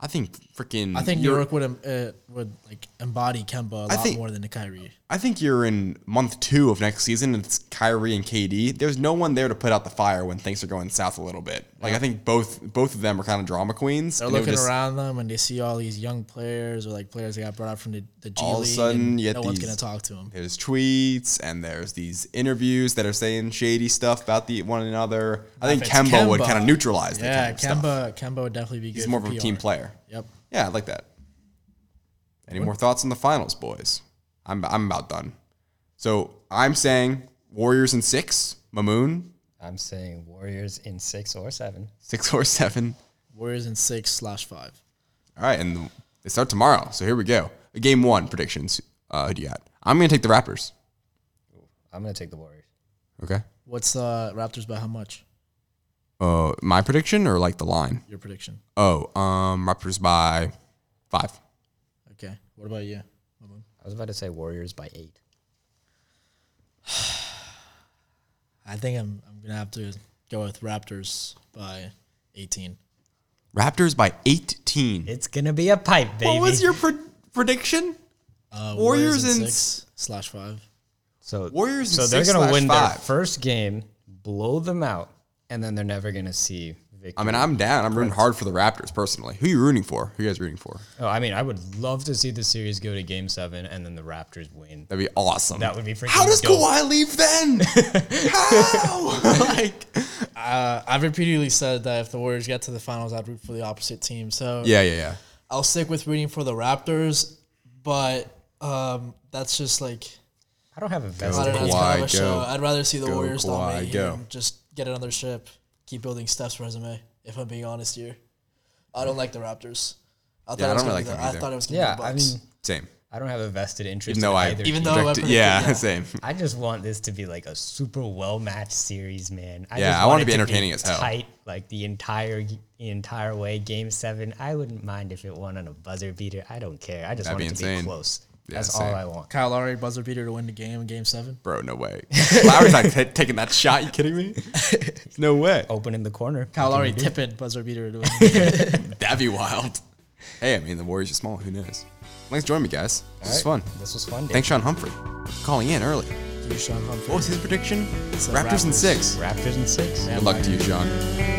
[SPEAKER 2] I think freaking.
[SPEAKER 4] I think New
[SPEAKER 2] Mm. you're-
[SPEAKER 4] York would em- uh, would like embody Kemba a lot
[SPEAKER 2] think-
[SPEAKER 4] more than the Kyrie.
[SPEAKER 2] I think you're in month two of next season. And it's Kyrie and KD. There's no one there to put out the fire when things are going south a little bit. Like I think both both of them are kind of drama queens.
[SPEAKER 4] They're
[SPEAKER 2] and they would
[SPEAKER 4] looking
[SPEAKER 2] just-
[SPEAKER 4] around them and they see all these young players or like players that got brought up from the, the G
[SPEAKER 2] All of a
[SPEAKER 4] League.
[SPEAKER 2] sudden,
[SPEAKER 4] and
[SPEAKER 2] you get
[SPEAKER 4] no one's
[SPEAKER 2] these-
[SPEAKER 4] gonna talk to them.
[SPEAKER 2] There's tweets and there's these interviews that are saying shady stuff about the one another. I think
[SPEAKER 4] If it's
[SPEAKER 2] Kemba, would
[SPEAKER 4] Kemba-
[SPEAKER 2] kind of neutralize that.
[SPEAKER 4] Yeah,
[SPEAKER 2] kind of
[SPEAKER 4] Kemba
[SPEAKER 2] stuff.
[SPEAKER 4] Kemba would definitely be good.
[SPEAKER 2] He's
[SPEAKER 4] for
[SPEAKER 2] more of a team
[SPEAKER 4] PR.
[SPEAKER 2] player.
[SPEAKER 4] Yep.
[SPEAKER 2] Yeah, I like that. Any more thoughts on the finals, boys? I'm I'm about done. So I'm saying Warriors in six, Mamoon
[SPEAKER 3] I'm saying Warriors in six or seven.
[SPEAKER 2] six or seven.
[SPEAKER 4] Warriors in six slash five.
[SPEAKER 2] All right, and they start tomorrow. So here we go. Game one predictions. Uh, who do you got? I'm gonna take the Raptors.
[SPEAKER 3] I'm gonna take the Warriors.
[SPEAKER 2] Okay.
[SPEAKER 4] What's uh Raptors by how much?
[SPEAKER 2] Uh, my prediction or like the line?
[SPEAKER 4] Your prediction.
[SPEAKER 2] Oh, um, Raptors by five.
[SPEAKER 4] Okay. What about you? Mamoun?
[SPEAKER 3] I was about to say Warriors by eight.
[SPEAKER 4] I think I'm I'm gonna have to go with Raptors by 18.
[SPEAKER 2] Raptors by 18.
[SPEAKER 3] It's gonna be a pipe, baby.
[SPEAKER 2] What was your pre- prediction?
[SPEAKER 4] Uh,
[SPEAKER 2] Warriors in
[SPEAKER 4] six slash five.
[SPEAKER 3] so
[SPEAKER 2] Warriors in
[SPEAKER 3] So they're
[SPEAKER 2] six
[SPEAKER 3] gonna
[SPEAKER 2] slash
[SPEAKER 3] win
[SPEAKER 2] five.
[SPEAKER 3] their first game, blow them out, and then they're never gonna see victory.
[SPEAKER 2] I mean, I'm down. I'm rooting hard for the Raptors personally. Who you rooting for? Who you guys rooting for?
[SPEAKER 3] oh, I mean, I would love to see the series go to Game Seven, and then the Raptors win.
[SPEAKER 2] That'd be awesome.
[SPEAKER 3] That would be freaking.
[SPEAKER 2] How does
[SPEAKER 3] dope.
[SPEAKER 2] Kawhi leave then? How? like,
[SPEAKER 4] Uh, I've repeatedly said that if the Warriors get to the finals, I'd root for the opposite team. So
[SPEAKER 2] yeah, yeah, yeah.
[SPEAKER 4] I'll stick with rooting for the Raptors, but um, that's just like
[SPEAKER 3] I don't have a
[SPEAKER 4] I
[SPEAKER 3] vested.
[SPEAKER 4] don't know.
[SPEAKER 3] interest.
[SPEAKER 4] It's kind
[SPEAKER 2] Kawhi,
[SPEAKER 4] of a show.
[SPEAKER 2] go.
[SPEAKER 4] I'd rather see the
[SPEAKER 2] Go,
[SPEAKER 4] Warriors dominate
[SPEAKER 2] Kawhi,
[SPEAKER 4] here
[SPEAKER 2] go.
[SPEAKER 4] and just get another ship. Keep building Steph's resume. If I'm being honest here, I don't like the Raptors. I thought
[SPEAKER 2] Yeah, I
[SPEAKER 4] it was gonna be
[SPEAKER 2] don't really like
[SPEAKER 4] the-
[SPEAKER 2] them
[SPEAKER 4] I
[SPEAKER 2] either.
[SPEAKER 4] thought it was gonna
[SPEAKER 3] Yeah,
[SPEAKER 4] be the
[SPEAKER 3] I
[SPEAKER 4] Bucks.
[SPEAKER 3] mean,
[SPEAKER 2] Same.
[SPEAKER 3] I don't have a vested interest.
[SPEAKER 2] Even though
[SPEAKER 3] in
[SPEAKER 2] I,
[SPEAKER 3] either
[SPEAKER 4] Even
[SPEAKER 3] team.
[SPEAKER 4] though I
[SPEAKER 2] projected-
[SPEAKER 4] predicted-
[SPEAKER 2] yeah,
[SPEAKER 4] yeah.
[SPEAKER 2] same.
[SPEAKER 3] I just want this to be like a super well matched series, man. I
[SPEAKER 2] Yeah,
[SPEAKER 3] just
[SPEAKER 2] I wanna
[SPEAKER 3] it
[SPEAKER 2] be entertaining as hell.
[SPEAKER 3] Tight, like the entire the entire way. Game seven, I wouldn't mind if it won on a buzzer beater. I don't care. I just want
[SPEAKER 2] That'd be
[SPEAKER 3] it to
[SPEAKER 2] insane.
[SPEAKER 3] be close.
[SPEAKER 2] Yeah,
[SPEAKER 3] That's
[SPEAKER 2] same.
[SPEAKER 3] all I want.
[SPEAKER 4] Kyle Lowry buzzer beater to win the game in Game Seven.
[SPEAKER 2] Bro, no way. Lowry's not t- taking that shot. You kidding me? no way.
[SPEAKER 3] Open in the corner.
[SPEAKER 4] Kyle Lowry tipping buzzer beater to win. The game.
[SPEAKER 2] That'd be wild. Hey, I mean, the Warriors are small. Who knows? Thanks for joining me, guys. This was fun.
[SPEAKER 3] This was fun. dude.
[SPEAKER 2] Thanks, Sean Humphrey, for calling in early.
[SPEAKER 4] Keyshawn Humphrey.
[SPEAKER 2] What was his prediction?
[SPEAKER 4] said
[SPEAKER 2] Raptors in
[SPEAKER 4] Raptors.
[SPEAKER 2] six.
[SPEAKER 3] Raptors in six.
[SPEAKER 2] Good luck to you, Sean.